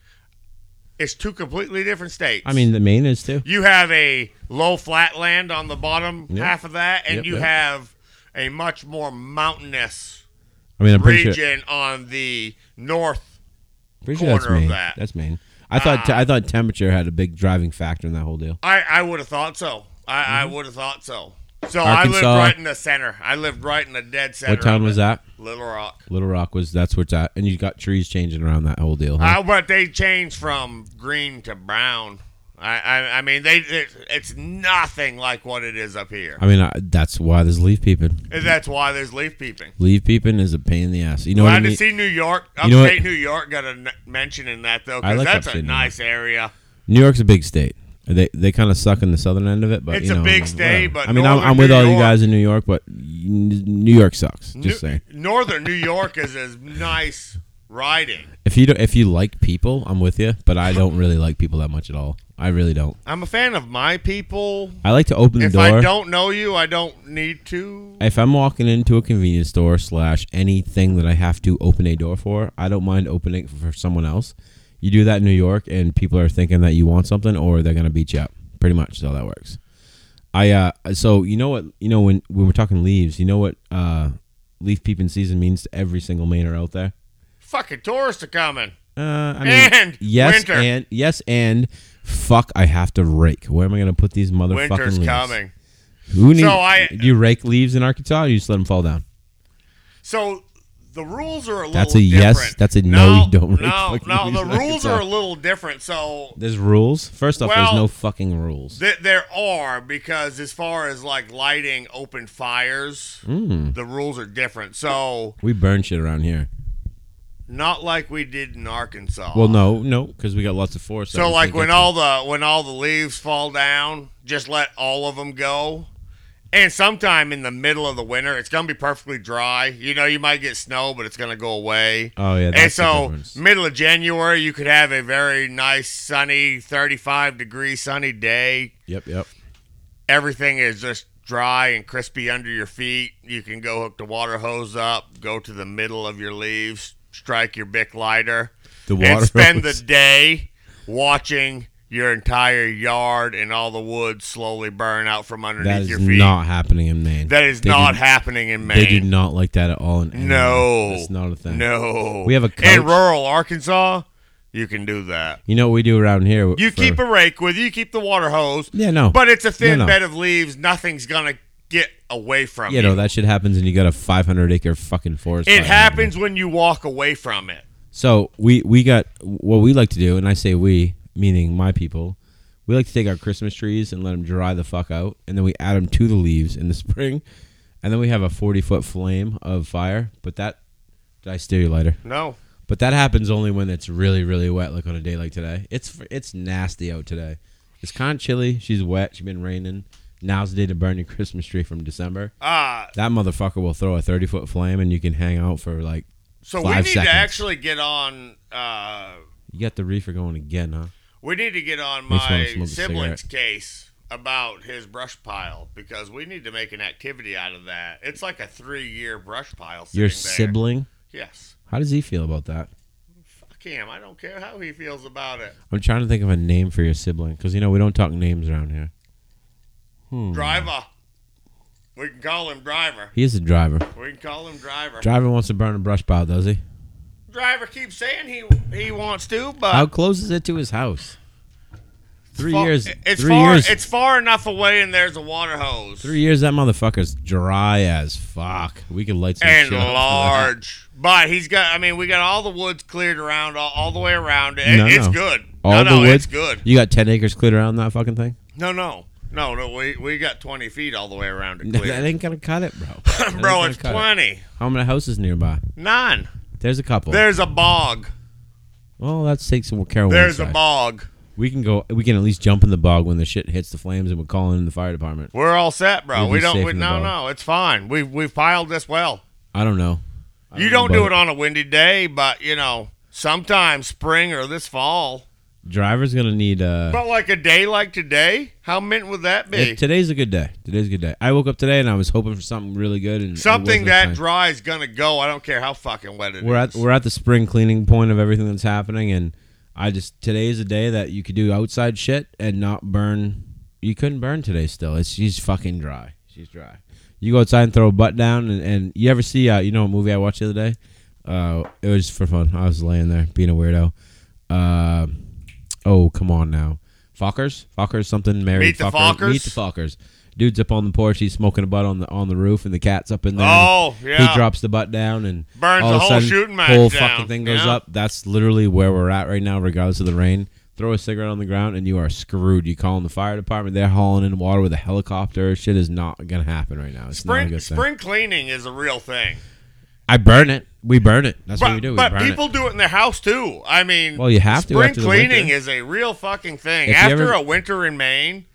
A: it's two completely different states.
B: I mean, the Maine is too.
A: you have a low flatland on the bottom
B: Yep.
A: half of that, and
B: Yep,
A: you
B: yep.
A: have a much more mountainous
B: I mean, I'm pretty sure.
A: region on the north.
B: Pretty sure that's
A: corner of
B: Maine.
A: that.
B: That's Maine. I thought I thought temperature had a big driving factor in that whole deal.
A: I, I would have thought so. I, I would have thought so. So I lived
B: Mm-hmm. Arkansas.
A: right in the center. I lived right in the dead center.
B: What town
A: of
B: was
A: it.
B: that?
A: Little Rock.
B: Little Rock was. That's where it's at. And you got trees changing around that whole deal. Huh?
A: Uh, but they changed from green to brown. I, I, I mean, they it, it's nothing like what it is up here.
B: I mean, I, that's why there's leaf peeping.
A: And that's why there's leaf peeping.
B: Leaf peeping is a pain in the ass. You know what I
A: Glad
B: mean?
A: to see New York,
B: You know what-
A: upstate New York, got a n- mention in that though,
B: I
A: because
B: like
A: that's a
B: upstate New
A: nice area.
B: New York's a big state. They they kind of suck in the southern end of it, but
A: It's
B: you
A: a
B: know,
A: big state,
B: whatever.
A: but
B: I mean, I'm,
A: northern
B: I'm with
A: New
B: all you
A: York-
B: guys in New York, but N- New York sucks. Just
A: New-
B: saying.
A: Northern New York is as nice riding.
B: If you don't, if you like people, I'm with you. But I don't really like people that much at all. I really don't.
A: I'm a fan of my people.
B: I like to open the
A: If
B: door.
A: I don't know you, I don't need to.
B: if I'm walking into a convenience store slash anything that I have to open a door for, I don't mind opening for someone else. You do that in New York, and people are thinking that you want something, or they're gonna beat you up. Pretty much is how that works. I uh, so you know what you know when when we're talking leaves, you know what uh, leaf peeping season means to every single Mainer out there.
A: Fucking tourists are coming.
B: Uh, I mean,
A: And
B: yes,
A: winter.
B: and yes, and fuck, I have to rake. Where am I going to put these motherfucking
A: Winter's
B: leaves?
A: coming.
B: Who needs?
A: I-
B: do you rake leaves in Arkansas? Or you just let them fall down.
A: So the rules are a little.
B: That's a yes,
A: different.
B: that's a no, you don't rake
A: No,
B: fucking
A: no.
B: leaves
A: The
B: in
A: rules
B: Arkansas.
A: are a little different. So
B: There's rules. First off, there's
A: Well-
B: no fucking rules.
A: Th- there are because as far as like lighting open fires,
B: Mm.
A: the rules are different. So
B: Hmm. We burn shit around here.
A: not like we did in Arkansas.
B: Well, no, no, because we got lots of forests. that
A: Uh, So
B: we
A: like
B: can't
A: when
B: get to.
A: all the when all the leaves fall down, just let all of them go. And sometime in the middle of the winter, it's gonna be perfectly dry. You know, you might get snow, but it's gonna go away.
B: oh yeah,
A: and
B: that's the
A: so
B: difference.
A: middle of January, you could have a very nice sunny, thirty-five degree sunny day.
B: yep, yep.
A: Everything is just dry and crispy under your feet. You can go hook the water hose up, go to the middle of your leaves, strike your bic lighter
B: The water.
A: and spend
B: hose.
A: the day watching your entire yard and all the woods slowly burn out from underneath
B: that is
A: your feet.
B: not happening in Maine.
A: that is
B: They
A: not
B: do-
A: happening in Maine.
B: They do not like that at all. In any
A: No.
B: way. that's not a thing.
A: No.
B: We have a couch.
A: in rural Arkansas, you can do that.
B: You know what we do around here?
A: You
B: for-
A: keep a rake with you, you keep the water hose,
B: Yeah, no.
A: but it's a thin
B: No, no.
A: bed of leaves. Nothing's gonna get away from
B: you
A: you.
B: know that shit happens, and you got a 500 acre fucking forest.
A: it
B: fire happening.
A: happens when you walk away from it.
B: So we we got what we like to do, and I say we, meaning my people. We like to take our Christmas trees and let them dry the fuck out, and then we add them to the leaves in the spring, and then we have a 40 foot flame of fire. But that did I steal your lighter?
A: No.
B: But that happens only when it's really really wet, like on a day like today. It's fr- it's nasty out today. It's kind of chilly. She's wet. She's been raining. Now's the day to burn your Christmas tree from December.
A: Uh
B: That motherfucker will throw a 30 foot flame, and you can hang out for like.
A: so we
B: Five
A: need
B: seconds.
A: to actually get on uh
B: You got the reefer going again, huh?
A: We need to get on
B: Makes me wanna
A: my
B: smoke a
A: sibling's case about his brush pile because we need to make an activity out of that. It's like a three-year brush pile. Sitting
B: Your
A: there.
B: sibling.
A: Yes.
B: How does he feel about that?
A: Fuck him. I don't care how he feels about it.
B: I'm trying to think of a name for your sibling because you know we don't talk names around here. Hmm.
A: Driver. We can call him Driver.
B: He is a driver.
A: We can call him Driver.
B: Driver wants to burn a brush pile, does he?
A: driver keeps saying he he wants to, but
B: How close is it to his house? Three
A: far-
B: years.
A: Uh, It's
B: three
A: far.
B: years.
A: It's far enough away, and there's a water hose.
B: three years. That motherfucker's dry as fuck. We could light some
A: and
B: shit up for that.
A: large. But he's got. I mean, we got all the woods cleared around all, all the way around. It,
B: No,
A: it's
B: no.
A: good.
B: All
A: no, no,
B: the
A: it's
B: woods.
A: good.
B: You got ten acres cleared around that fucking thing.
A: No, no, no, no. We we got twenty feet all the way around it
B: No, that
A: cleared.
B: ain't gonna cut it, bro. That ain't
A: Bro,
B: gonna
A: it's
B: cut it.
A: plenty.
B: How many houses nearby?
A: None.
B: There's a couple.
A: There's a bog.
B: well, that takes care of
A: There's
B: one
A: a
B: side.
A: bog.
B: We can go. We can at least jump in the bog when the shit hits the flames, and we're calling in the fire department.
A: We're all set, bro.
B: You'll be
A: we don't.
B: safe
A: We,
B: in the
A: no,
B: bog.
A: no. It's fine. We we've piled this well.
B: I don't know. I
A: You don't
B: know
A: do it
B: about
A: on a windy day, but you know, sometime spring or this fall.
B: Driver's gonna need. Uh,
A: But like a day like today, how mint would that be?
B: it- today's a good day. Today's a good day. I woke up today and I was hoping for something really good and it
A: Something
B: wasn't
A: that
B: fine.
A: dry is gonna go. I don't care how fucking wet it is.
B: we're at we're at the spring cleaning point of everything that's happening, and I just today is a day that you could do outside shit and not burn. You couldn't burn today. Still, it's she's fucking dry. She's dry. You go outside and throw a butt down, and, and you ever see uh, you know a movie I watched the other day? Uh, it was for fun. I was laying there being a weirdo. Uh, oh come on now, Fockers, Fockers, something. Married
A: Meet the
B: Fokker-
A: Fockers?
B: Meet the Fockers. Dude's up on the porch. He's smoking a butt on the on the roof, and the cat's up in there.
A: oh yeah.
B: He drops the butt down and
A: Burns
B: all
A: the
B: of a
A: whole
B: sudden,
A: shooting match
B: whole
A: down,
B: fucking thing goes
A: yeah.
B: up. That's literally where we're at right now, regardless of the rain. Throw a cigarette on the ground and you are screwed. You call in the fire department. They're hauling in water with a helicopter. Shit is not gonna happen right now. It's not a
A: spring
B: good thing.
A: spring cleaning is a real thing.
B: I burn it. We burn it. That's what
A: But,
B: we do. We
A: but
B: burn
A: people do it in their house too. I mean,
B: Well, you have to
A: spring
B: after the
A: cleaning
B: winter.
A: is a real fucking thing.
B: If you
A: after
B: ever-
A: a winter in Maine,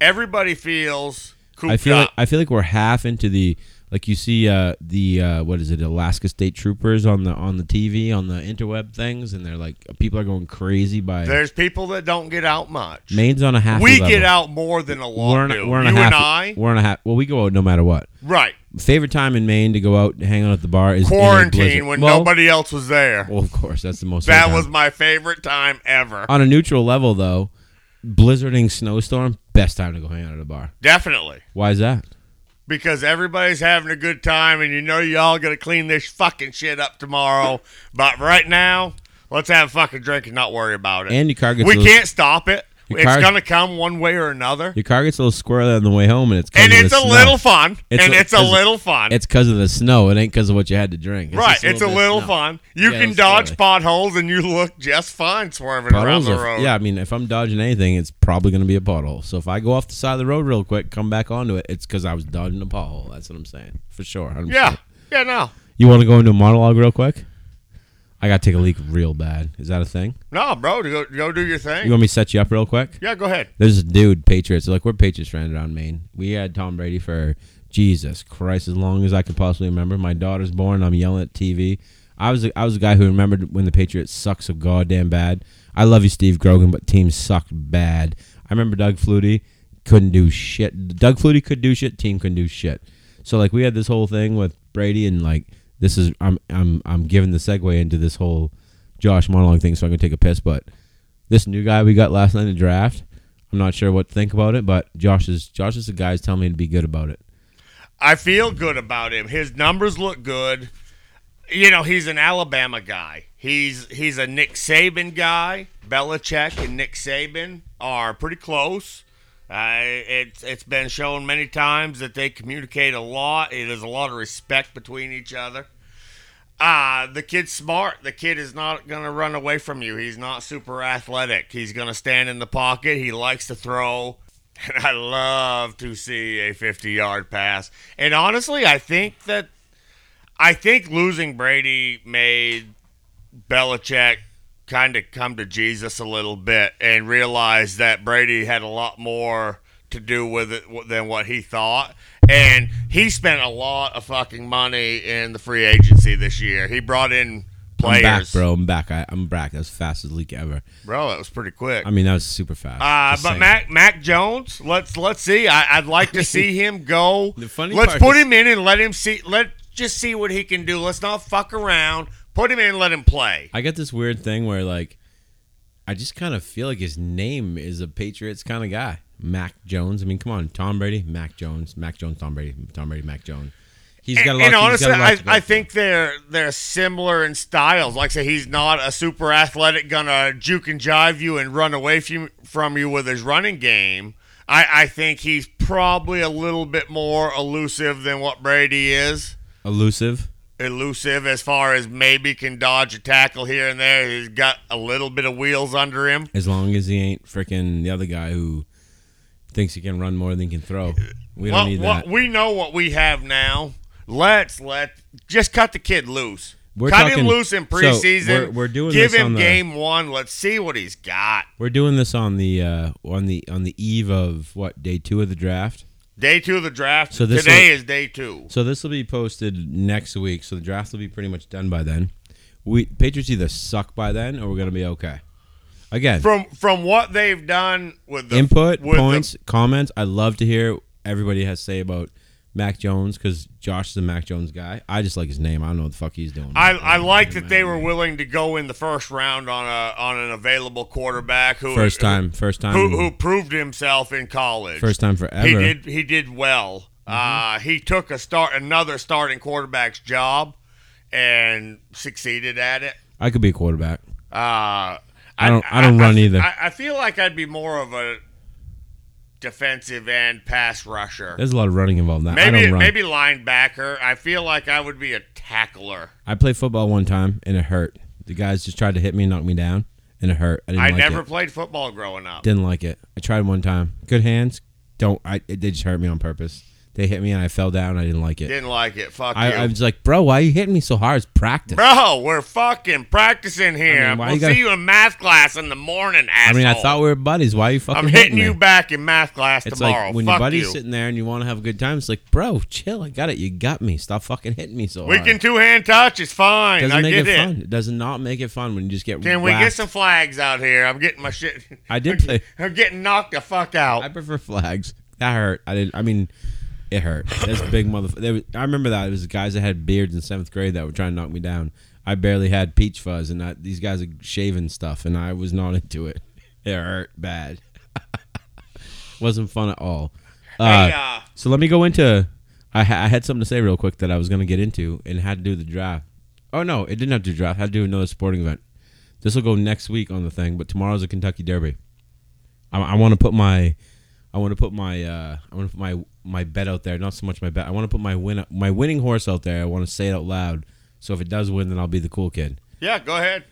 A: everybody feels
B: it.
A: cooped
B: I feel like,
A: up.
B: I feel like we're half into the like you see uh, the uh, what is it Alaska State Troopers on the on the TV on the interweb things, and they're like people are going crazy by
A: There's people that don't get out much.
B: Maine's on a half.
A: we
B: level.
A: get out more than a lot
B: We're on,
A: do.
B: we're on
A: you
B: a half.
A: and I,
B: We're on a half. Well, we go out no matter what.
A: right?
B: Favorite time in Maine to go out and hang out at the bar is in a blizzard.
A: Quarantine when
B: Well,
A: nobody else was there.
B: Well, of course, that's the most.
A: that
B: fun
A: was
B: time.
A: my favorite time ever.
B: on a neutral level though. Blizzarding snowstorm, best time to go hang out at a bar.
A: Definitely.
B: Why is that?
A: because everybody's having a good time and you know y'all gonna clean this fucking shit up tomorrow. But right now, Let's have a fucking drink and not worry about it.
B: And your car gets
A: we
B: a little-
A: can't stop it.
B: Your
A: It's
B: car-
A: gonna come one way or another.
B: Your car gets a little squirrely on the way home, and it's 'cause
A: And
B: of
A: it's
B: the
A: a
B: snow.
A: little fun.
B: It's
A: and
B: a-
A: it's a
B: it's-
A: little fun.
B: It's because of the snow. It ain't because of what you had to drink.
A: right.
B: just
A: It's a
B: bit of
A: little
B: snow.
A: fun. You
B: Yeah,
A: can
B: it's
A: dodge
B: squirrely.
A: potholes and you look just fine swerving
B: Potholes
A: around
B: are-
A: the road.
B: yeah, I mean, if I'm dodging anything, it's probably going to be a pothole. So if I go off the side of the road real quick, come back onto it, it's because I was dodging a pothole. That's what I'm saying for sure. 100%.
A: Yeah. Yeah, no.
B: You want to go into a monologue real quick? I got to take a leak real bad. Is that a thing?
A: No, bro, go, go do your thing.
B: You want me to set you up real quick?
A: yeah, go ahead.
B: There's a dude, Patriots. Like we're Patriots fans around Maine. We had Tom Brady for Jesus Christ as long as I could possibly remember. My daughter's born. I'm yelling at TV. I was I was a guy who remembered when the Patriots suck so goddamn bad. I love you, Steve Grogan, but teams sucked bad. I remember Doug Flutie couldn't do shit. Doug Flutie could do shit. Team couldn't do shit. So like we had this whole thing with Brady and like this is I'm I'm I'm giving the segue into this whole Josh monologue thing. So I'm gonna take a piss, but this new guy we got last night in the draft. I'm not sure what to think about it, but Josh is Josh is the guy who's telling me to be good about it.
A: I feel good about him. His numbers look good. You know, he's an Alabama guy. He's he's a Nick Saban guy. Belichick and Nick Saban are pretty close. Uh, it's it's been shown many times that they communicate a lot. There's a lot of respect between each other. Uh, the kid's smart. The kid is not going to run away from you. He's not super athletic. He's going to stand in the pocket. He likes to throw. And I love to see a 50 yard pass. And honestly, I think that I think losing Brady made Belichick kind of come to Jesus a little bit and realize that Brady had a lot more to do with it w- than what he thought. And he spent a lot of fucking money in the free agency this year. He brought in
B: I'm
A: players.
B: back, bro. I'm back. I, I'm back. That was the fastest leak ever.
A: Bro, that was pretty quick.
B: I mean, that was super fast.
A: Uh,
B: Just
A: but
B: saying.
A: Mac Mac Jones, let's let's see. I, I'd like to see him go.
B: The funny
A: let's
B: part
A: put
B: is-
A: him in and let him see. Let just see what he can do. Let's not fuck around. Put him in and let him play.
B: I got this weird thing where like I just kind of feel like his name is a Patriots kind of guy. Mac Jones. I mean, come on, Tom Brady, Mac Jones, Mac Jones, Tom Brady, Tom Brady, Mac Jones. He's got a
A: and, and
B: lot. he's got
A: honestly,
B: a lot
A: I,
B: to go
A: I
B: for.
A: think they're they're similar in styles. Like I say, he's not a super athletic, gonna juke and jive you and run away from from you with his running game. I, I think he's probably a little bit more elusive than what Brady is.
B: elusive.
A: elusive as far as maybe can dodge a tackle here and there. He's got a little bit of wheels under him.
B: As long as he ain't freaking the other guy who thinks he can run more than he can throw. We don't
A: Well,
B: need
A: what-
B: that.
A: we know what we have now. Let's let just cut the kid loose.
B: We're
A: cut him
B: talking-
A: loose in
B: so,
A: preseason.
B: we're- we're doing
A: give
B: this
A: him
B: on the-
A: game one. Let's see what he's got.
B: We're doing this on the uh, on the on the eve of what day two of the draft.
A: Day two of the draft.
B: So this
A: today
B: will-
A: is day two.
B: So this will be posted next week. So the draft will be pretty much done by then. We Patriots either suck by then or we're gonna be okay. Again,
A: From from what they've done with the
B: input
A: with the-
B: points comments. I love to hear everybody has to say about Mac Jones because Josh is a Mac Jones guy. I just like his name. I don't know what the fuck he's doing.
A: I, I like that they were willing to go in the first round on a on an available quarterback who
B: first
A: who-
B: time, first time,
A: who, who proved himself in college.
B: Um, first time Mm-hmm. forever.
A: he did he did well. Uh, he took a start another starting quarterback's job and succeeded at it.
B: I could be a quarterback.
A: Uh,
B: I don't- I don't run either.
A: I, I feel like I'd be more of a defensive end pass rusher.
B: There's a lot of running involved in that. I
A: Maybe
B: don't run.
A: maybe linebacker. I feel like I would be a tackler.
B: I played football one time and it hurt. The guys just tried to hit me and knock me down and it hurt. I didn't
A: I
B: like
A: never
B: it.
A: played football growing up.
B: Didn't like it. I tried one time. Good hands. Don't. I. It, they just hurt me on purpose. They hit me and I fell down. I didn't like it.
A: Didn't like it. Fuck
B: I,
A: you.
B: I was like, bro, why are you hitting me so hard? It's practice.
A: Bro, we're fucking practicing here.
B: I mean, why
A: we'll
B: you gotta-
A: see you in math class in the morning,
B: I
A: asshole.
B: mean, I thought we were buddies. Why are you fucking
A: I'm hitting
B: me?
A: you back in math class
B: It's
A: tomorrow.
B: like when
A: Fuck
B: your buddy's
A: you.
B: sitting there and you want to have a good time. It's like, bro, chill. I got it. You got me. Stop fucking hitting me so
A: we
B: hard.
A: can two hand touch. It's fine.
B: doesn't
A: I
B: make
A: get
B: it,
A: it.
B: fun. It does not make it fun when you just get.
A: Can we get
B: whacked.
A: some flags out here? I'm getting my shit.
B: I did
A: I'm-
B: play-
A: I'm getting knocked the fuck out.
B: I prefer flags. That hurt. I didn't. I mean, it hurt. That's big motherfucker. I remember that. It was guys that had beards in seventh grade that were trying to knock me down. I barely had peach fuzz, and I, these guys are shaving stuff, and I was not into it. It hurt bad. Wasn't fun at all. Uh,
A: hey, uh,
B: so let me go into. I, ha- I had something to say real quick that I was going to get into, and it had to do with the draft. Oh no, it didn't have to do with the draft. It had to do with another sporting event. This will go next week on the thing, but tomorrow's a Kentucky Derby. I, I want to put my, I want to put my, uh, I want to put my my bet out there. Not so much my bet. I want to put my win, my winning horse out there. I want to say it out loud. So if it does win, then I'll be the cool kid.
A: Yeah, go ahead.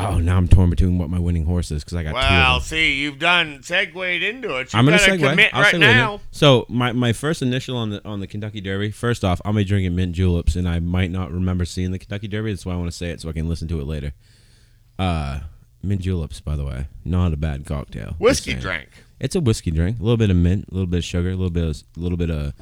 B: Oh, now I'm torn between what my winning horse is because I got two. of them.
A: Well, see, you've done segued into it. You
B: I'm gonna
A: better
B: segue.
A: commit
B: I'll
A: right
B: segue
A: now.
B: now. So my, my first initial on the on the Kentucky Derby. First off, I'm gonna drink at mint juleps, and I might not remember seeing the Kentucky Derby. That's why I want to say it so I can listen to it later. Uh, mint juleps, by the way, not a bad cocktail. Just
A: Whiskey
B: saying.
A: drink.
B: It's a whiskey drink. A little bit of mint, a little bit of sugar, a little bit, of, a little bit of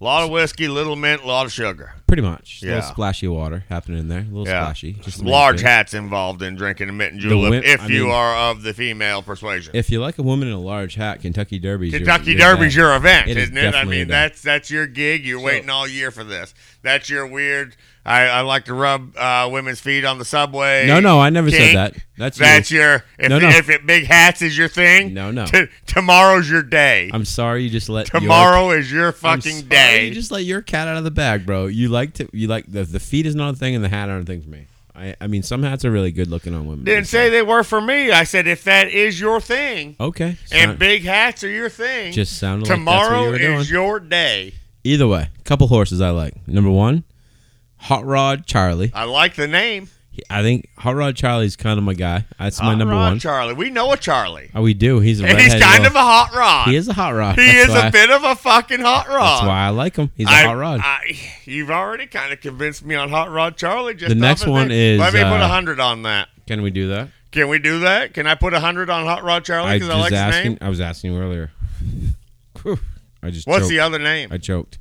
A: A lot of whiskey, little mint, a lot of sugar.
B: pretty much. A
A: Yeah.
B: little splashy water happening in there. A little
A: Yeah.
B: splashy. Just to make
A: Large
B: it-
A: hats involved in drinking a mint and julep
B: wimp-
A: if
B: I
A: you
B: mean-
A: are of the female persuasion.
B: If you like a woman in a large hat, Kentucky Derby's your-
A: Kentucky
B: your
A: Derby's
B: bet.
A: your event,
B: It
A: is
B: is
A: isn't it? I
B: definitely
A: mean,
B: an
A: that's that's your gig. You're waiting all year for this. That's your weird. I, I like to rub uh, women's feet on the subway.
B: No, no, I never
A: kink.
B: said that. That's
A: That's
B: you.
A: your if,
B: No, no.
A: if it big hats is your thing.
B: No, no.
A: t- tomorrow's your day.
B: I'm sorry you just let your-
A: Tomorrow is your
B: I'm
A: fucking
B: sorry,
A: day.
B: You just let your cat out of the bag, bro. You like to you like the the feet is not a thing and the hat aren't a thing for me. I I mean some hats are really good looking on women.
A: Didn't say they were for me. I said if that is your thing
B: okay.
A: and
B: sound-
A: big hats are your thing,
B: just sounded
A: tomorrow
B: like that's what you were doing.
A: is your day.
B: Either way, couple horses I like. Number one, Hot Rod Charlie.
A: I like the name.
B: He- I think Hot Rod Charlie's kind of my guy. That's my
A: Hot
B: number
A: Rod
B: one.
A: Charlie. We know a Charlie.
B: oh, we do. He's a
A: And he's
B: redhead
A: kind of
B: little-
A: a hot rod.
B: he is a hot rod.
A: He is
B: That's why-
A: a bit of a fucking hot rod.
B: That's why I like him. He's a
A: I-
B: hot rod.
A: I- you've already kind of convinced me on Hot Rod Charlie. Just
B: The
A: off
B: next
A: of
B: one
A: that.
B: is,
A: Let me put
B: uh,
A: a hundred on that.
B: Can we do that?
A: Can we do that? Can I put a hundred on Hot Rod Charlie
B: I
A: because
B: just
A: I, like his
B: asking.
A: name?
B: I was asking you earlier. Whew. I just
A: What's
B: choked.
A: the other name?
B: I choked.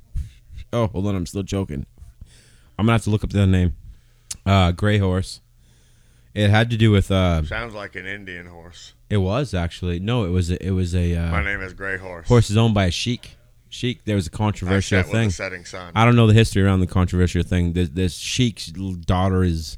B: Oh, hold on, I'm still choking. I'm gonna have to look up the other name. Uh, Gray Horse. It had to do with. Uh,
A: Sounds like an Indian horse.
B: it was actually no. It was. A, it was a
A: My
B: uh,
A: name is Gray Horse.
B: horse is owned by a sheik. Sheik. There was a
A: I
B: controversial
A: sat with
B: thing.
A: the setting sun.
B: I don't know the history around the controversial thing. This, this sheik's daughter is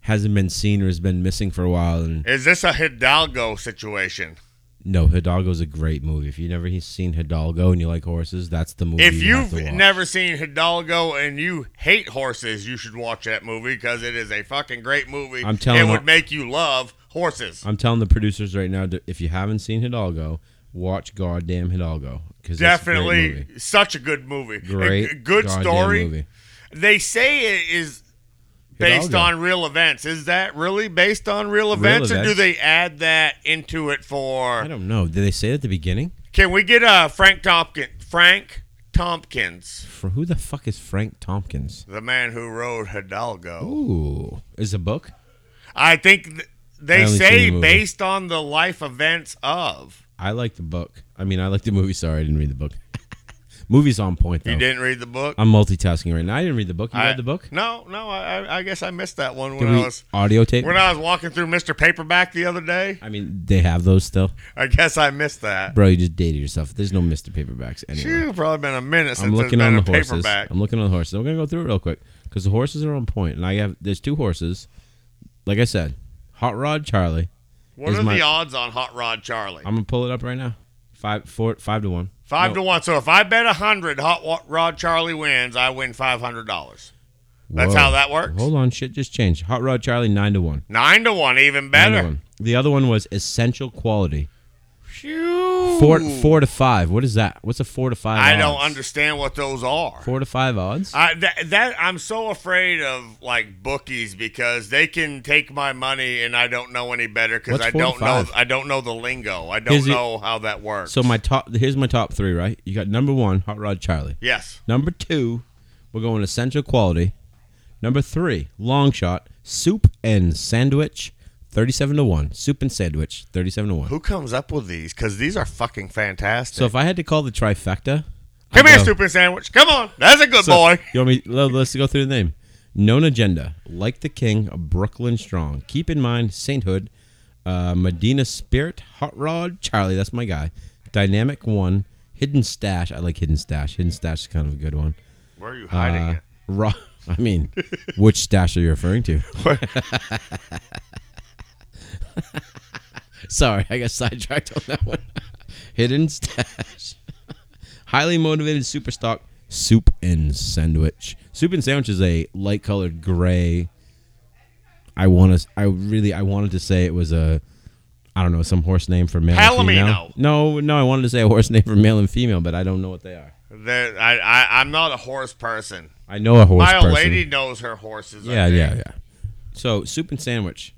B: hasn't been seen or has been missing for a while, and
A: is this a Hidalgo situation?
B: No, Hidalgo's a great movie. If you've never seen Hidalgo and you like horses, that's the movie.
A: If
B: you have
A: you've
B: to watch.
A: never seen Hidalgo and you hate horses, you should watch that movie because it is a fucking great movie.
B: I'm telling
A: it
B: you-
A: would make you love horses.
B: I'm telling the producers right now, that if you haven't seen Hidalgo, watch goddamn Hidalgo because
A: Definitely such a good movie. A g-
B: great,
A: good
B: goddamn
A: story.
B: Movie.
A: They say it is based
B: Hidalgo.
A: on real events. Is that really based on real events, or do
B: events.
A: they add that into it for?
B: I don't know. Did they say it at the beginning?
A: Can we get uh, Frank Tompkins? Frank Tompkins,
B: For who the fuck is Frank Tompkins?
A: the man who wrote Hidalgo.
B: Ooh, is a book?
A: I think th-
B: I
A: they
B: haven't
A: say
B: seen the movie.
A: based on the life events of.
B: I like the book. I mean, I like the movie. Sorry, I didn't read the book. Movie's on point though.
A: You didn't read the book.
B: I'm multitasking right now. I didn't read the book. Oh. You
A: I-
B: read the book?
A: No, no. I, I- I guess I missed that one
B: Did
A: when I
B: we
A: was
B: audio tape?
A: when I was walking through Mr. Paperback the other day.
B: I mean, they have those still.
A: I guess I missed that.
B: Bro, you just dated yourself. There's no Mr. Paperbacks anywhere.
A: Phew, probably been a minute since
B: I'm looking
A: there's
B: on
A: been
B: the
A: a
B: horses.
A: paperback.
B: I'm looking on the horses. I'm gonna go through it real quick because the horses are on point, and I have there's two horses. Like I said, Hot Rod Charlie.
A: What
B: is
A: are
B: my-
A: the odds on Hot Rod Charlie?
B: I'm gonna pull it up right now. Five, four, five to one.
A: Five
B: No.
A: to one. So if I bet a hundred, Hot Wa- Rod Charlie wins. I win five hundred dollars. That's
B: Whoa.
A: how that works.
B: Hold on, shit just changed. Hot Rod Charlie nine to one.
A: Nine to one, even
B: Nine to
A: better.
B: one. The other one was essential quality.
A: Phew.
B: Four, four to five. What is that? What's a four to five?
A: I don't
B: odds?
A: understand what those are.
B: Four to five odds.
A: I, that, that I'm so afraid of like bookies because they can take my money and I don't know any better because
B: What's
A: I
B: four
A: don't
B: to
A: know
B: five?
A: I don't know the lingo. I don't
B: Here's the-
A: know how that works.
B: so my top. Here's my top three. Right, you got number one, Hot Rod Charlie.
A: yes,
B: Number two, we're going essential quality. Number three, long shot, soup and sandwich, thirty-seven to one. Soup and sandwich, thirty-seven to one.
A: who comes up with these? Because these are fucking fantastic.
B: So if I had to call the trifecta,
A: Come
B: I'd
A: here,
B: go-
A: stupid sandwich. Come on, that's a good
B: So,
A: boy.
B: You want me? let- Let's go through the name. Known agenda, like the king, Brooklyn strong. Keep in mind, sainthood, uh, Medina spirit, hot rod, Charlie. That's my guy. Dynamic one, hidden stash. I like hidden stash. Hidden stash is kind of a good one.
A: Where are you hiding
B: Uh, raw. I mean, which stash are you referring to? Sorry, I got sidetracked on that one. Hidden stash. Highly motivated super stock soup and sandwich. Soup and sandwich is a light colored gray. I want to. I really. I wanted to say it was a. I don't know some horse name for male. and female.
A: Palomino.
B: No, no. I wanted to say a horse name for male and female, but I don't know what they are.
A: That I, I I'm not a horse person.
B: I know a horse.
A: My old
B: person.
A: lady knows her horses. I
B: Yeah,
A: think.
B: yeah, yeah. So soup and sandwich.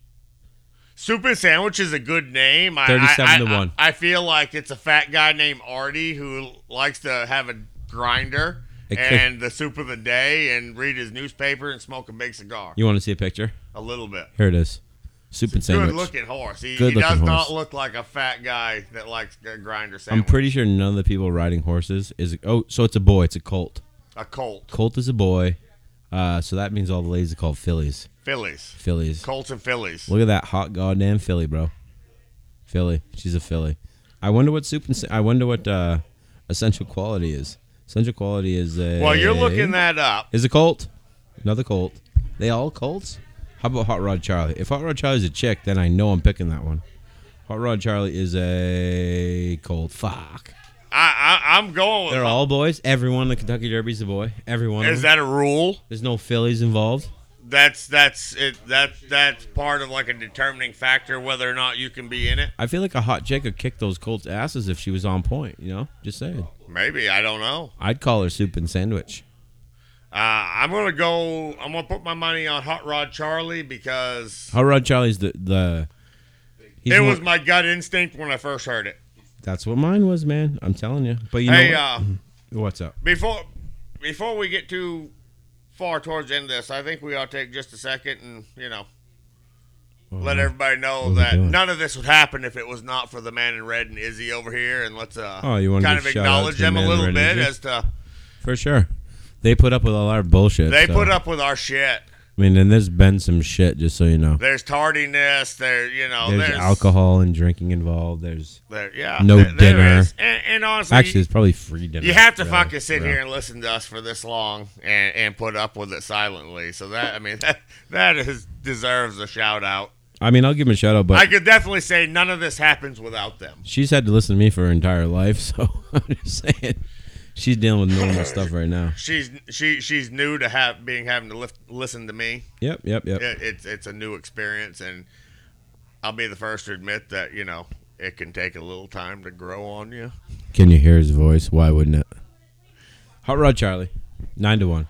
A: Soup and Sandwich is a good name. I,
B: 37
A: I,
B: to
A: I-
B: one.
A: I feel like it's a fat guy named Artie who likes to have a grinder
B: It could-
A: and the soup of the day and read his newspaper and smoke a big cigar.
B: You want to see a picture?
A: A little bit.
B: Here it is. Soup and sandwich.
A: Good looking horse. He, he
B: Good-looking
A: does
B: horse.
A: not look like a fat guy that likes a grinder
B: I'm
A: sandwich.
B: pretty sure none of the people riding horses is. Oh, so it's a boy. It's a colt.
A: a colt.
B: Colt is a boy. Uh, so that means all the ladies are called fillies.
A: Phillies.
B: Fillies.
A: Colts and Phillies.
B: Look at that hot goddamn filly, bro. Philly. She's a filly. I wonder what soup and sa- I wonder what uh, essential quality is. Essential quality is a.
A: Well, you're looking that up.
B: Is a colt. Another colt. They all colts? How about Hot Rod Charlie? If Hot Rod Charlie's a chick, then I know I'm picking that one. Hot Rod Charlie is a colt. Fuck.
A: I, I I'm going with.
B: They're all boys. Everyone in the Kentucky Derby's a boy. Everyone.
A: is that a rule?
B: There's no fillies involved.
A: That's that's it. That that's part of like a determining factor whether or not you can be in it.
B: I feel like a hot chick could kick those colts' asses if she was on point. You know, just saying.
A: Maybe I don't know.
B: I'd call her soup and sandwich.
A: Uh, I'm gonna go. I'm gonna put my money on Hot Rod Charlie because
B: Hot Rod Charlie's the the. He's
A: it
B: more-
A: was my gut instinct when I first heard it.
B: that's what mine was, man. I'm telling you. But you know,
A: hey,
B: what? Mm-hmm.
A: uh,
B: what's up?
A: before before we get too far towards the end of this, I think we ought to take just a second and you know let everybody know
B: what are we
A: that
B: doing?
A: none of this would happen if it was not for the man in red and Izzy over here, and let's uh
B: Oh, you wanna
A: kind
B: give
A: of
B: a shout out
A: acknowledge
B: to the
A: them
B: man
A: a
B: in
A: little
B: red,
A: bit
B: Izzy?
A: as to
B: For sure, they put up with all our bullshit.
A: they
B: so-
A: put up with our shit.
B: I mean, and there's been some shit, just so you know.
A: There's tardiness. There, you know,
B: There's,
A: there's,
B: alcohol and drinking involved. There's
A: There, yeah,
B: No
A: there- there
B: dinner.
A: is. And, and honestly,
B: actually, it's probably free dinner.
A: you have to
B: really,
A: fucking sit
B: bro.
A: here and listen to us for this long and, and put up with it silently. So that I mean that that is deserves a shout out.
B: I mean, I'll give him a shout out, but
A: I could definitely say none of this happens without them.
B: she's had to listen to me for her entire life, so I'm just saying she's dealing with normal stuff right now.
A: She's she she's new to have being having to lift, listen to me.
B: Yep, yep, yep.
A: It, it's it's a new experience, and I'll be the first to admit that you know it can take a little time to grow on you.
B: Can you hear his voice? Why wouldn't it? Hot Rod Charlie, nine to one.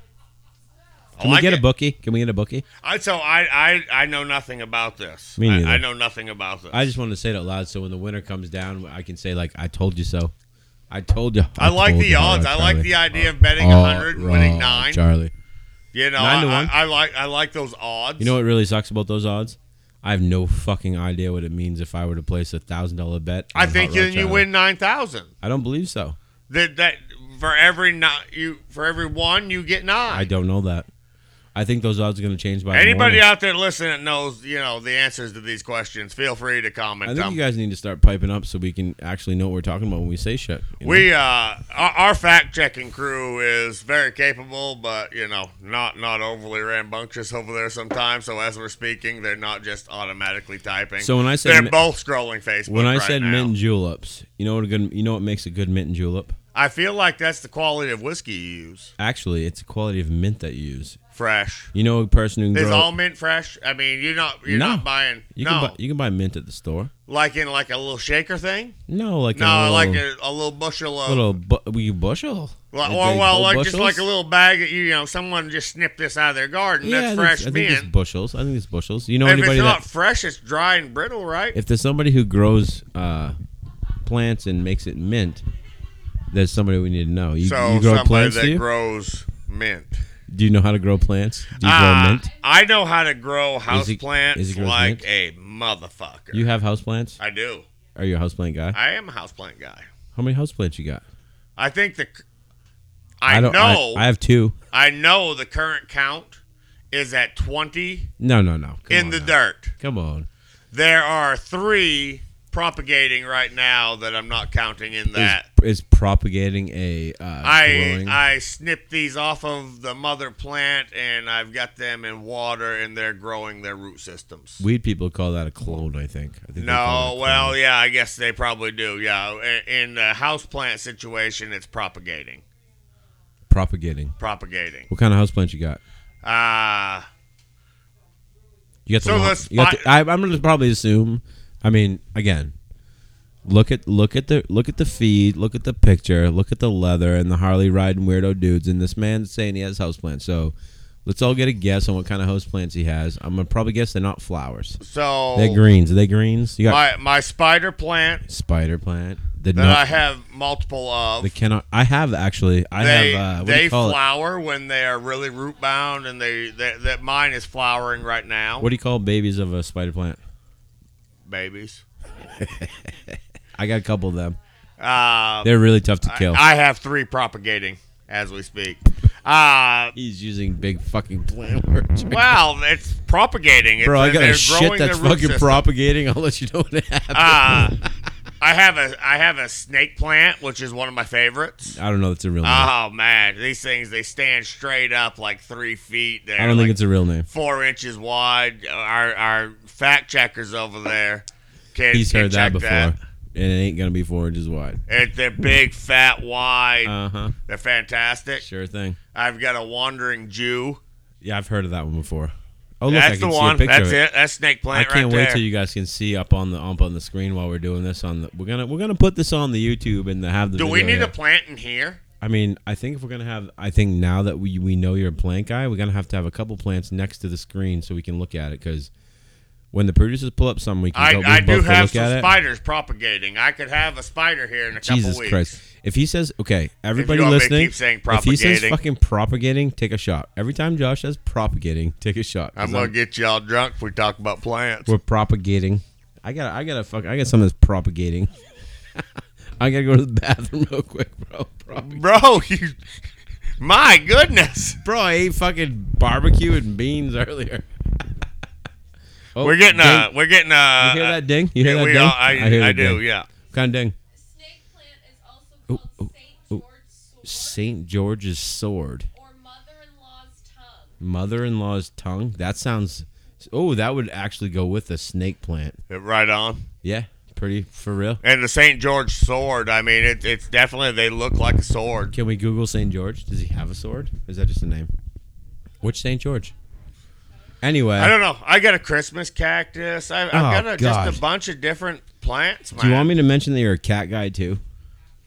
A: I
B: Can
A: like
B: we get
A: it.
B: a bookie? Can we get a bookie?
A: I so I I I know nothing about this.
B: Me
A: I-
B: neither.
A: I, know nothing about this.
B: I just wanted to say it out loud, so when the winter comes down, I can say like, "I told you so." I told you.
A: I like
B: told
A: the
B: you, Hot
A: odds.
B: Rod
A: I like
B: Charlie.
A: the idea of betting
B: Hot
A: hundred and winning
B: Rod
A: nine.
B: Charlie.
A: You know,
B: Nine to
A: I,
B: one?
A: I, I like I like those odds.
B: You know what really sucks about those odds? I have no fucking idea what it means if I were to place a thousand dollar bet.
A: I
B: on
A: think
B: Hot Rod
A: then you
B: Charlie.
A: win nine thousand.
B: I don't believe so.
A: That that for every nine you for every one you get
B: I
A: nine.
B: don't know that. I think those odds are going to change by the
A: Anybody
B: morning.
A: out there listening that knows you know the answers to these questions, feel free to comment.
B: I
A: them.
B: think you guys need to start piping up so we can actually know what we're talking about when we say shit. you know?
A: we uh our, our fact checking crew is very capable, but you know not not overly rambunctious over there sometimes. So as we're speaking, they're not just automatically typing.
B: So when I said
A: they're
B: mi-
A: both scrolling Facebook.
B: when I
A: right
B: said
A: now.
B: mint and juleps, you know what a good you know what makes a good mint and julep?
A: I feel like that's the quality of whiskey you use.
B: Actually, it's the quality of mint that you use.
A: Fresh.
B: You know a person who can
A: Is
B: grow,
A: all mint fresh? I mean, you're not you're
B: No.
A: not buying
B: you
A: no
B: can buy, you can buy mint at the store.
A: like in like a little shaker thing.
B: No, like
A: No,
B: a little,
A: like a, a little bushel of
B: little bu- you bushel.
A: Well,
B: Like
A: or
B: the
A: well,
B: whole
A: like just
B: bushels?
A: like a little bag that you, you know someone just snipped this out of their garden.
B: Yeah,
A: that's
B: I think-
A: fresh
B: I think
A: mint.
B: it's bushels. I think it's bushels. You know
A: if
B: anybody
A: it's not
B: that
A: fresh, it's dry and brittle, right?
B: if there's somebody who grows uh, plants and makes it mint, there's somebody we need to know. You,
A: so
B: you grow
A: somebody
B: plants,
A: that
B: do you?
A: grows mint.
B: do you know how to grow plants? Do you
A: Ah,
B: grow mint?
A: I know how to grow
B: Is he-
A: houseplants
B: is he grows
A: like
B: mint?
A: a motherfucker.
B: You have houseplants?
A: I do.
B: Are you a houseplant guy?
A: I am a houseplant guy.
B: How many houseplants you got?
A: I think the. c- I,
B: don't,
A: know.
B: I, I have two.
A: I know the current count is at 20
B: No, no, no. Come
A: in
B: on
A: the
B: now.
A: dirt.
B: Come on.
A: There are three propagating right now that I'm not counting in that.
B: Is, is propagating a uh,
A: I
B: growing?
A: I snipped these off of the mother plant and I've got them in water and they're growing their root systems.
B: Weed people call that a clone. I think. I think they call
A: No,
B: it a
A: well,
B: clone.
A: yeah, I guess they probably do. Yeah, in, in the house plant situation, it's propagating,
B: propagating.
A: propagating.
B: What kind of houseplant you got?
A: Uh
B: You got the
A: So
B: long-
A: let's
B: you got the-
A: fi-
B: I, I'm going to probably assume. I mean, again, look at look at the look at the feed, look at the picture, look at the leather and the Harley riding weirdo dudes. And this man's saying he has houseplants. So let's all get a guess on what kind of houseplants he has. I'm gonna probably guess they're not flowers.
A: So
B: They're greens. Are they greens? You got
A: Oh. my my spider plant
B: spider plant. The
A: that
B: nut-
A: I have multiple of.
B: the cannot. I have actually. I
A: they
B: have. Uh, what do
A: they
B: you call it?
A: flower when they are really root bound, and they that that mine is flowering right now.
B: What do you call babies of a spider plant?
A: babies?
B: I got a couple of them.
A: Uh,
B: They're really tough to kill.
A: I have three propagating as we speak. Uh,
B: He's using big fucking plant words.
A: well, it's propagating. It's,
B: Bro, I got
A: they're
B: a shit
A: growing
B: that's
A: their root
B: fucking
A: system.
B: propagating. I'll let you know what happens.
A: Uh, I have a I have a snake plant, which is one of my favorites.
B: I don't know. if It's a real name.
A: Oh man, these things they stand straight up like three feet. They're
B: I don't
A: like
B: think it's a real name.
A: four inches wide. Our our fact checkers over there can
B: He's
A: can
B: heard that
A: check
B: before, and it ain't gonna be four inches wide.
A: And they're big, fat, wide.
B: Uh huh.
A: they're fantastic.
B: Sure thing.
A: I've got a wandering Jew.
B: Yeah, I've heard of that one before. Oh, look, I
A: That's
B: can
A: the
B: see
A: one.
B: a picture.
A: That's
B: of
A: it. That's snake
B: I
A: plant
B: can't
A: right
B: wait
A: there.
B: till you guys can see up on the up on the screen while we're doing this. On the we're gonna we're gonna put this on the YouTube and have the.
A: Do we
B: video
A: need a
B: here.
A: plant in here?
B: I mean, I think if we're gonna have, I think now that we we know you're a plant guy, we're gonna have to have a couple plants next to the screen so we can look at it. Because when the producers pull up some, we can
A: I,
B: go, we
A: I
B: both
A: do
B: go
A: have
B: look at
A: some
B: it.
A: spiders propagating. I could have a spider here in a
B: Jesus
A: couple weeks.
B: Christ! If he says okay, everybody
A: want me to
B: listening,
A: keep saying
B: if he says
A: propagating.
B: fucking propagating, take a shot. Every time Josh says propagating, take a shot. 'Cause
A: I'm gonna get y'all drunk if we talk about plants.
B: we're propagating. I got I got to fuck. I got something that's propagating. I gotta go to the bathroom real quick, bro. Propag-
A: Bro, you, my goodness.
B: Bro, I ate fucking barbecue and beans earlier. Oh,
A: We're getting
B: ding.
A: a, we're getting a.
B: You hear that ding? You hear
A: Yeah,
B: that
A: we
B: ding?
A: all- I,
B: hear
A: I
B: that
A: do,
B: ding.
A: yeah.
B: Kind of ding.
C: Snake plant is also
B: Ooh,
C: called
B: ooh,
C: Saint
B: ooh.
C: George's sword
B: Saint George's sword,
C: or mother-in-law's tongue.
B: mother-in-law's tongue. That sounds. Oh, that would actually go with the snake plant.
A: Right on.
B: Yeah, pretty for real.
A: And the St. George sword, I mean, it, it's definitely, they look like a sword.
B: Can we Google Saint George? Does he have a sword? Or is that just a name? Which Saint George? Anyway,
A: I don't know. I got a Christmas cactus. I, I've
B: Oh,
A: got a, just
B: God.
A: a bunch of different plants, man.
B: do you want me to mention that you're a cat guy too?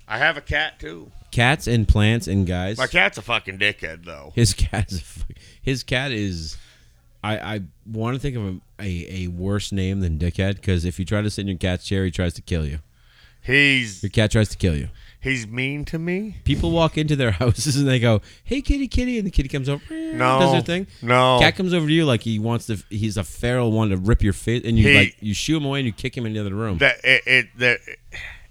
A: I have a cat, too.
B: Cats and plants and guys.
A: My cat's a fucking dickhead, though.
B: His cat is. a fuck- His cat is. I, I want to think of a, a, a worse name than dickhead because if you try to sit in your cat's chair, he tries to kill you.
A: He's
B: Your cat tries to kill you.
A: he's mean to me.
B: People walk into their houses and they go, "Hey, kitty, kitty," and the kitty comes over,
A: No.
B: does their thing.
A: No.
B: Cat comes over to you like he wants to. He's a feral one to rip your face, and you
A: He-
B: like you shoo him away and you kick him in the other room.
A: That it, it that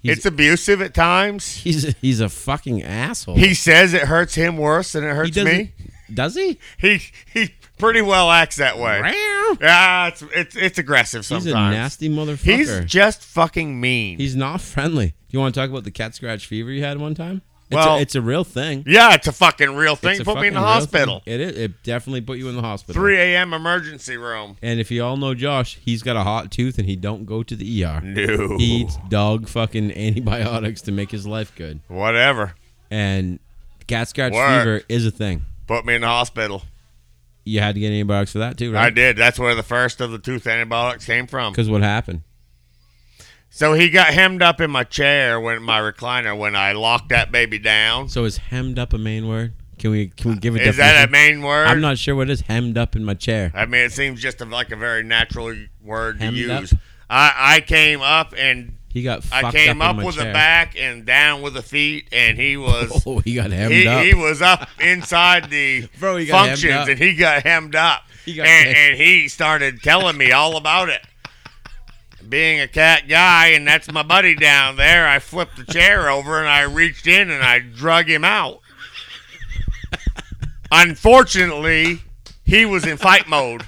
B: He's-
A: it's abusive at times.
B: he's a, he's a fucking asshole.
A: He says it hurts him worse than it
B: He
A: hurts
B: doesn't-
A: me.
B: Does he?
A: He he pretty well acts that way.
B: Meow.
A: Yeah, it's it's it's aggressive
B: He's
A: sometimes.
B: a nasty
A: He's
B: motherfucker. He's,
A: just fucking mean.
B: not friendly. Do you want to talk about the cat scratch fever you had one time? It's
A: Well-
B: a, it's a real thing.
A: yeah, it's a fucking real thing.
B: It's a
A: put me in the
B: fucking real
A: hospital.
B: thing. It is. It definitely put you in the hospital.
A: 3 a.m. emergency room.
B: And if you all know Josh, he's got a hot tooth and he don't go to the ER.
A: No.
B: He eats dog fucking antibiotics to make his life good.
A: Whatever.
B: And cat scratch
A: Work.
B: fever is a thing.
A: Put me in the hospital.
B: You had to get antibiotics for that too,
A: I
B: right?
A: did. That's where the first of the tooth antibiotics came from.
B: Because what happened?
A: So he got hemmed up in my chair when my recliner when I locked that baby down.
B: So is hemmed up a main word? Can we can we give a
A: Is that
B: definition?
A: a main word?
B: I'm not sure what is hemmed up in my chair.
A: I mean, it seems just a, like a very natural word to
B: Hemmed up?
A: use. I, I came up and
B: He got fucked
A: I came
B: up,
A: up,
B: in my
A: with
B: chair.
A: the back and down with the feet, and he was
B: Oh, he got hemmed
A: he,
B: up.
A: he was up inside the
B: Bro, he got hemmed up.
A: functions, and he got hemmed up.
B: He got
A: and,
B: hemmed.
A: and he started telling me all about it. Being a cat guy, and that's my buddy down there. I flipped the chair over and I reached in and I drug him out. Unfortunately, he was in fight mode.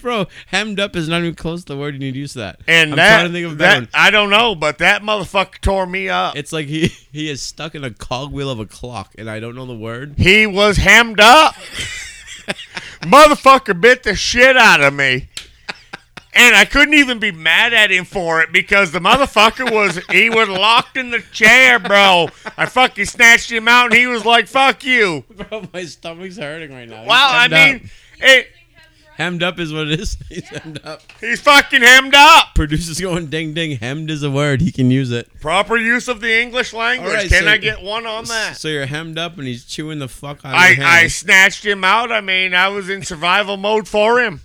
B: Bro, hemmed up is not even close to the word you need to use. for That
A: And
B: I'm
A: that,
B: trying to think of a better
A: that
B: one.
A: I don't know, but that motherfucker tore me up.
B: It's like he he is stuck in a cogwheel of a clock, and I don't know the word.
A: he was hemmed up. motherfucker bit the shit out of me. And I couldn't even be mad at him for it because the motherfucker was he was locked in the chair, bro. I fucking snatched him out and he was like, fuck you.
B: Bro, my stomach's hemmed up. hurting right now.
A: Wow, I mean it
C: Using hemmed
B: Hemmed up is what it is. He's hemmed up.
A: He's fucking hemmed up.
B: Producer's going ding ding. Hemmed is a word. He can use it.
A: Proper use of the English language.
B: All right,
A: Can
B: so-
A: I get one on that?
B: So you're hemmed up and he's chewing the fuck out of your
A: I,
B: hand.
A: I snatched him out. I mean, I was in survival mode for him.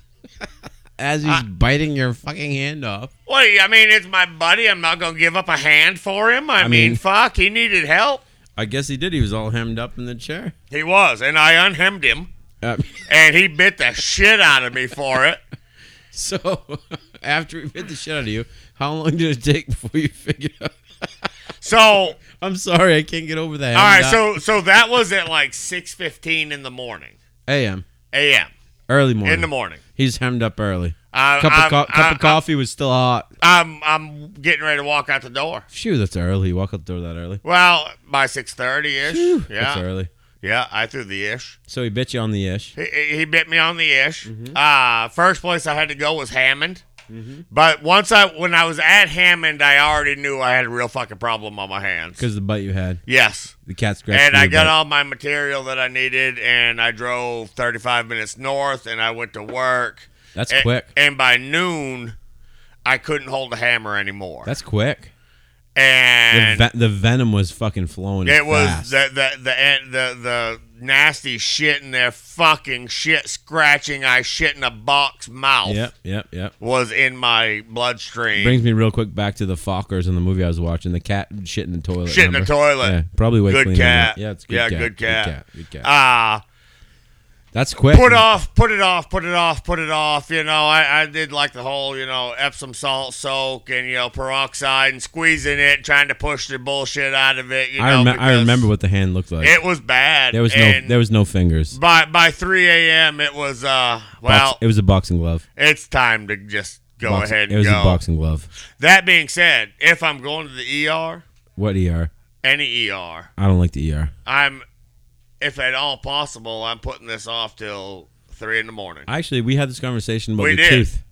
B: as he's biting your fucking hand off.
A: What? do you- I mean, it's my buddy. I'm not gonna give up a hand for him. I,
B: I
A: mean,
B: mean-
A: fuck, he needed help.
B: I guess he did. He was all hemmed up in the chair.
A: He was, and I unhemmed him,
B: Uh,
A: and he bit the shit out of me for it.
B: so after he bit the shit out of you, how long did it take before you figured out?
A: So, all
B: I'm sorry, I can't get over that.
A: right, so so that was at like six fifteen in the morning,
B: a.m.
A: a.m.
B: early morning.
A: in the morning.
B: He's hemmed up early.
A: I-
B: cup
A: I'm-
B: of, co- cup
A: I-
B: of coffee was still hot.
A: I'm I'm getting ready to walk out the door.
B: Phew, that's early. Walk out the door that early.
A: Well, by six thirty
B: Phew,
A: ish.
B: That's
A: Yeah,
B: early.
A: yeah. I threw the ish.
B: So he bit you on the ish.
A: He, he- he bit me on the ish.
B: Mm-hmm.
A: Uh, first place I had to go was Hammond. But once I when I was at Hammond, I already knew I had a real fucking problem on my hands.
B: Because the bite you had,
A: Yes.
B: the cat scratched.
A: And
B: your
A: I got
B: butt.
A: all my material that I needed, and I drove 35 minutes north, and I went to work.
B: That's
A: A-
B: quick.
A: And by noon, I couldn't hold a hammer anymore.
B: That's quick. The,
A: and
B: ve- the venom was fucking flowing.
A: it was
B: fast.
A: the the, the and the the nasty shit in their fucking shit scratching. I shit in a box mouth
B: Yep, yep, yep.
A: was in my bloodstream.
B: Brings me real quick back to the Fockers in the movie I was watching. The cat shit in the toilet.
A: Shit in the
B: remember?
A: toilet.
B: Yeah, probably way
A: Good
B: cleaner. than
A: cat.
B: that. Yeah, it's a good
A: Yeah,
B: cat.
A: good cat.
B: Good cat. Good cat.
A: Ah.
B: That's quick.
A: put off, put it off, put it off, put it off. You know, I, I did like the whole, you know, Epsom salt soak and, you know, peroxide and squeezing it, trying to push the bullshit out of it. You
B: I,
A: know,
B: remem- I
A: because
B: remember what the hand looked like.
A: it was bad.
B: there was no
A: and
B: there was no fingers.
A: by, by 3 a.m., it was, uh, well,
B: Box- it was a boxing glove.
A: it's time to just go
B: Boxing-
A: ahead and
B: it was
A: go.
B: a boxing glove.
A: That being said, if I'm going to the ER,
B: What ER?
A: any ER,
B: I don't like the ER.
A: I'm, if at all possible, I'm putting this off till 3 in the morning.
B: Actually, we had this conversation about
A: We
B: the
A: did.
B: tooth.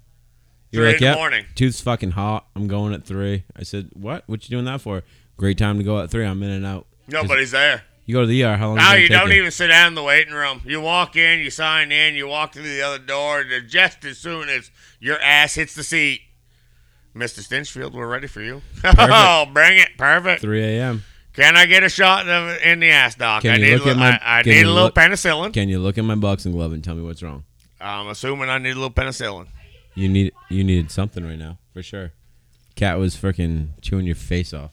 B: You were
A: Three
B: like,
A: in the
B: "Yep,
A: morning."
B: tooth's fucking hot. I'm going at three. I said, "What? What you doing that for? Great time to go at three. I'm in and out." 'Cause
A: Nobody's there.
B: You go to the ER. How long? is it
A: No,
B: gonna
A: you
B: take
A: don't even sit down in the waiting room. You walk in, you sign in, you walk through the other door, and just as soon as your ass hits the seat, Mr. Stinchfield, we're ready for you. oh, bring it. Perfect.
B: Three a.m.
A: Can I get a shot in the, in the ass, doc?
B: Can
A: I
B: you
A: need,
B: look
A: a,
B: at
A: li-
B: my-
A: I, I
B: can
A: need a
B: you
A: little
B: look-
A: penicillin.
B: Can you look at my boxing glove and tell me what's wrong?
A: I'm assuming I need a little penicillin.
B: You need you needed something right now for sure. Cat was freaking chewing your face off.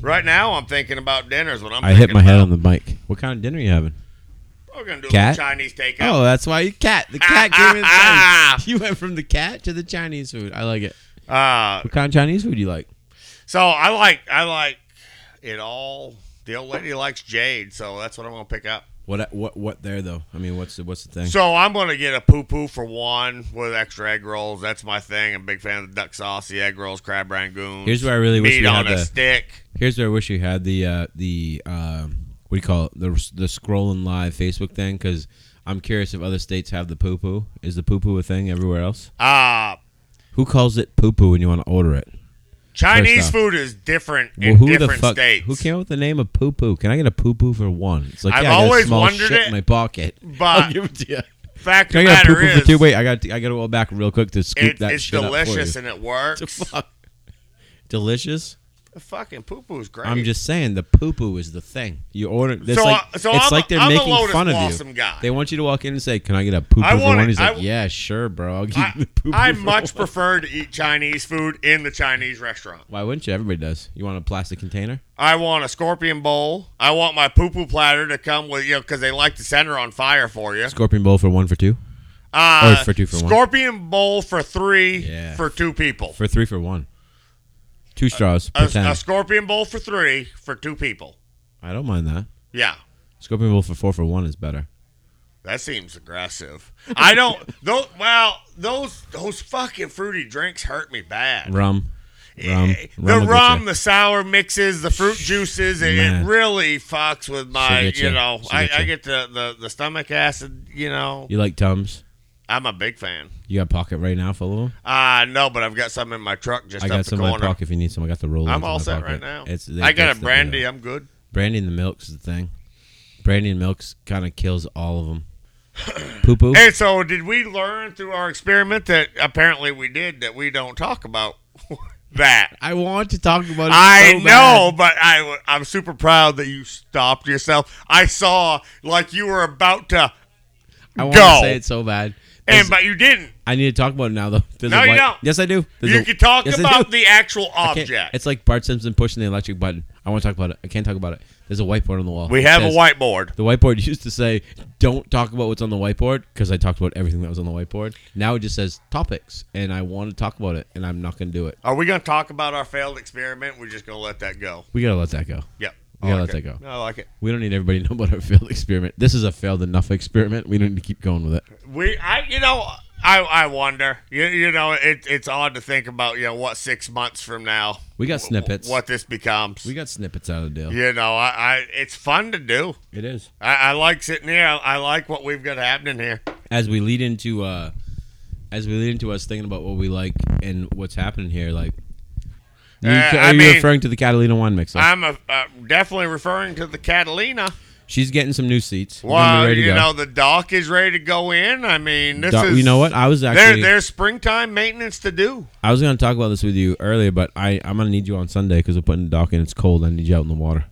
A: Right now, I'm thinking about dinners. What I'm
B: I hit my head on the mic. What kind of dinner you having?
A: We're gonna do a
B: Cat?
A: little Chinese
B: Oh,
A: takeout.
B: that's why you cat. The cat gave me the Chinese. You went from the cat to the Chinese food. I like it.
A: Uh,
B: What kind of Chinese food do you like?
A: so I like I like it all. The old lady likes jade, so that's what I'm gonna pick up.
B: What what what there though? I mean, what's the what's the thing?
A: So I'm gonna get a poo poo for one with extra egg rolls. That's my thing. I'm a big fan of the duck sauce, the egg rolls, crab rangoon.
B: Here's where I really wish
A: meat
B: we
A: on
B: had
A: a
B: the-
A: stick.
B: Here's where I wish you had the uh, the um, what do you call it the the scrolling live Facebook thing because I'm curious if other states have the poo poo. Is the poo poo a thing everywhere else?
A: Uh
B: Who calls it poo poo when you want to order it?
A: Chinese
B: off.
A: food is different
B: Well,
A: in
B: who
A: different
B: the fuck?
A: states.
B: Who came up with the name of poo poo? Can I get a poo poo for one? It's like
A: I've
B: yeah, I got a
A: always
B: small
A: wondered
B: shit
A: it,
B: in my pocket.
A: but-
B: I'll give it to you.
A: Fact
B: Can I
A: of the
B: get a poo
A: matter
B: poo
A: is,
B: for two? Wait, I got I got to roll back real quick to scoop
A: it-
B: that
A: it's
B: shit
A: delicious
B: up
A: and it
B: for you.
A: works.
B: Fuck. Delicious.
A: The fucking poo poo is great.
B: I'm just saying the poo poo is the thing. You order. It's
A: So,
B: like
A: uh, so
B: it's
A: I'm a-
B: like they're
A: I'm a
B: making
A: Lotus
B: fun of you.
A: Blossom guy.
B: They want you to walk in and say, "Can I get a poo poo
A: I
B: for
A: wanted-
B: one?" He's
A: I
B: like,
A: w-
B: "Yeah, sure, bro. I'll give you
A: I,
B: the poo poo."
A: I
B: for
A: much
B: one."
A: prefer to eat Chinese food in the Chinese restaurant.
B: Why wouldn't you? Everybody does. You want a plastic container?
A: I want a scorpion bowl. I want my poo poo platter to come with you know because they like to set her on fire for you.
B: Scorpion bowl for one for two.
A: Uh,
B: Or Oh, for two for one.
A: Scorpion bowl for three
B: Yeah.
A: for two people.
B: for three for one. Two straws.
A: a,
B: per ten.
A: a scorpion bowl for three for two people.
B: I don't mind that.
A: Yeah,
B: Scorpion bowl for four for one is better.
A: that seems aggressive. I don't. Those, well, those those fucking fruity drinks hurt me bad.
B: Rum, rum,
A: Eh,
B: rum
A: the
B: will get
A: rum,
B: ya.
A: the sour mixes, the fruit juices, it, it
B: Man.
A: really fucks with my,
B: She'll get
A: you
B: ya.
A: know,
B: She'll
A: I,
B: get
A: I
B: ya.
A: get the, the, the stomach acid, you know.
B: You like tums?
A: I'm a big fan.
B: You got a pocket right now full of them.
A: Uh, no, but I've got some in my truck just
B: I
A: up
B: got
A: the
B: some in my
A: corner.
B: pocket if you need some. I got the roll.
A: I'm all set right now.
B: It's,
A: I got
B: that's
A: a
B: the-
A: brandy. I'm good.
B: brandy and the milks is the thing. Brandy and milks kind of kills all of them. Poo poo.
A: And so, did we learn through our experiment that apparently we did that we don't talk about that?
B: I want to talk about it.
A: I
B: so
A: know,
B: bad.
A: but I, I'm super proud that you stopped yourself. I saw like you were about to,
B: I want
A: Go.
B: to say it so bad.
A: and
B: There's-
A: but you didn't.
B: I need to talk about it now, though. There's
A: No,
B: a
A: you
B: white-
A: don't.
B: Yes, I do. There's
A: You
B: a-
A: can talk
B: Yes, I do.
A: about the actual
B: I can't-
A: object.
B: It's like Bart Simpson pushing the electric button. I want to talk about it. I can't talk about it. There's a whiteboard on the wall.
A: We
B: It
A: have a
B: says-
A: whiteboard.
B: The whiteboard used to say, "Don't talk about what's on the whiteboard," because I talked about everything that was on the whiteboard. Now it just says topics, and I want to talk about it, and I'm not going to do it.
A: Are we going to talk about our failed experiment? We're just going to let that go.
B: We gotta let that go.
A: Yep.
B: We
A: I
B: gotta
A: like
B: let
A: it.
B: that go.
A: I like it.
B: We don't need everybody to know about our failed experiment. This is a failed enough experiment. We don't need to keep going with it.
A: We, I, you know, I, I wonder. You, you know, it, it's odd to think about. You know, what six months from now,
B: We got snippets.
A: what this becomes.
B: We got snippets out of the deal.
A: you know, I, I, it's fun to do.
B: It is.
A: I, I like sitting here. I, I like what we've got happening here.
B: as we lead into uh as we lead into us thinking about what we like and what's happening here like you,
A: Uh,
B: are
A: I
B: you
A: mean-
B: referring to the catalina wine mixer
A: I'm a, uh, definitely referring to the Catalina.
B: she's getting some new seats We're gonna be
A: Well,
B: ready to
A: you
B: go.
A: know, the dock is ready to go in. I mean, this
B: Doc-
A: is.
B: you know what i was
A: There,
B: actually
A: there's springtime maintenance to do.
B: i was gonna talk about this with you earlier but i i'm gonna need you on sunday because we're putting the dock in it's cold i need you out in the water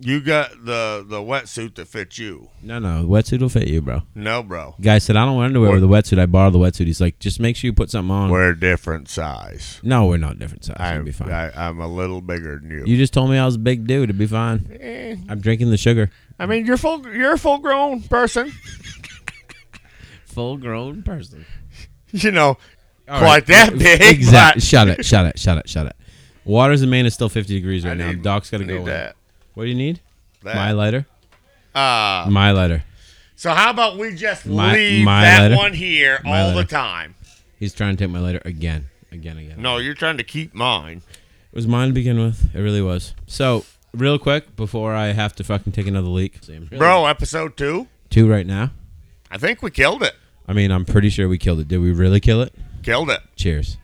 A: You got the the wetsuit that fits you.
B: no no the wetsuit will fit you bro
A: No, bro.
B: guy said i don't wear underwear
A: What?
B: with a wetsuit i borrow the wetsuit he's like just make sure you put something on
A: We're a different size.
B: no we're not different size
A: I,
B: it'll Mm. be fine
A: I, I'm a little bigger than you.
B: you just told me i was a big dude it'd be fine
A: Eh,
B: i'm drinking the sugar
A: I mean, you're full. You're a full grown person.
B: full grown person
A: You know,
B: All
A: quite that big.
B: Exactly.
A: but-
B: Shut it. Shut it. Shut it. Shut it. Waters in Maine is still 50 degrees right
A: I
B: now.
A: need-
B: Doc's
A: I
B: got to go.
A: need
B: in.
A: that.
B: What do you need?
A: That.
B: My lighter.
A: Uh,
B: My lighter.
A: so how about we just
B: My-
A: leave
B: my
A: that
B: letter.
A: one here
B: My
A: all the
B: letter.
A: time?
B: He's trying to take my lighter again, again, again.
A: No, you're trying to keep mine.
B: It was mine to begin with. It really was. So real quick before I have to fucking take another leak, See, I'm really-
A: Bro, episode two.
B: Two right now.
A: I think we killed it.
B: I mean, I'm pretty sure we killed it. Did we really kill it?
A: Killed it.
B: Cheers.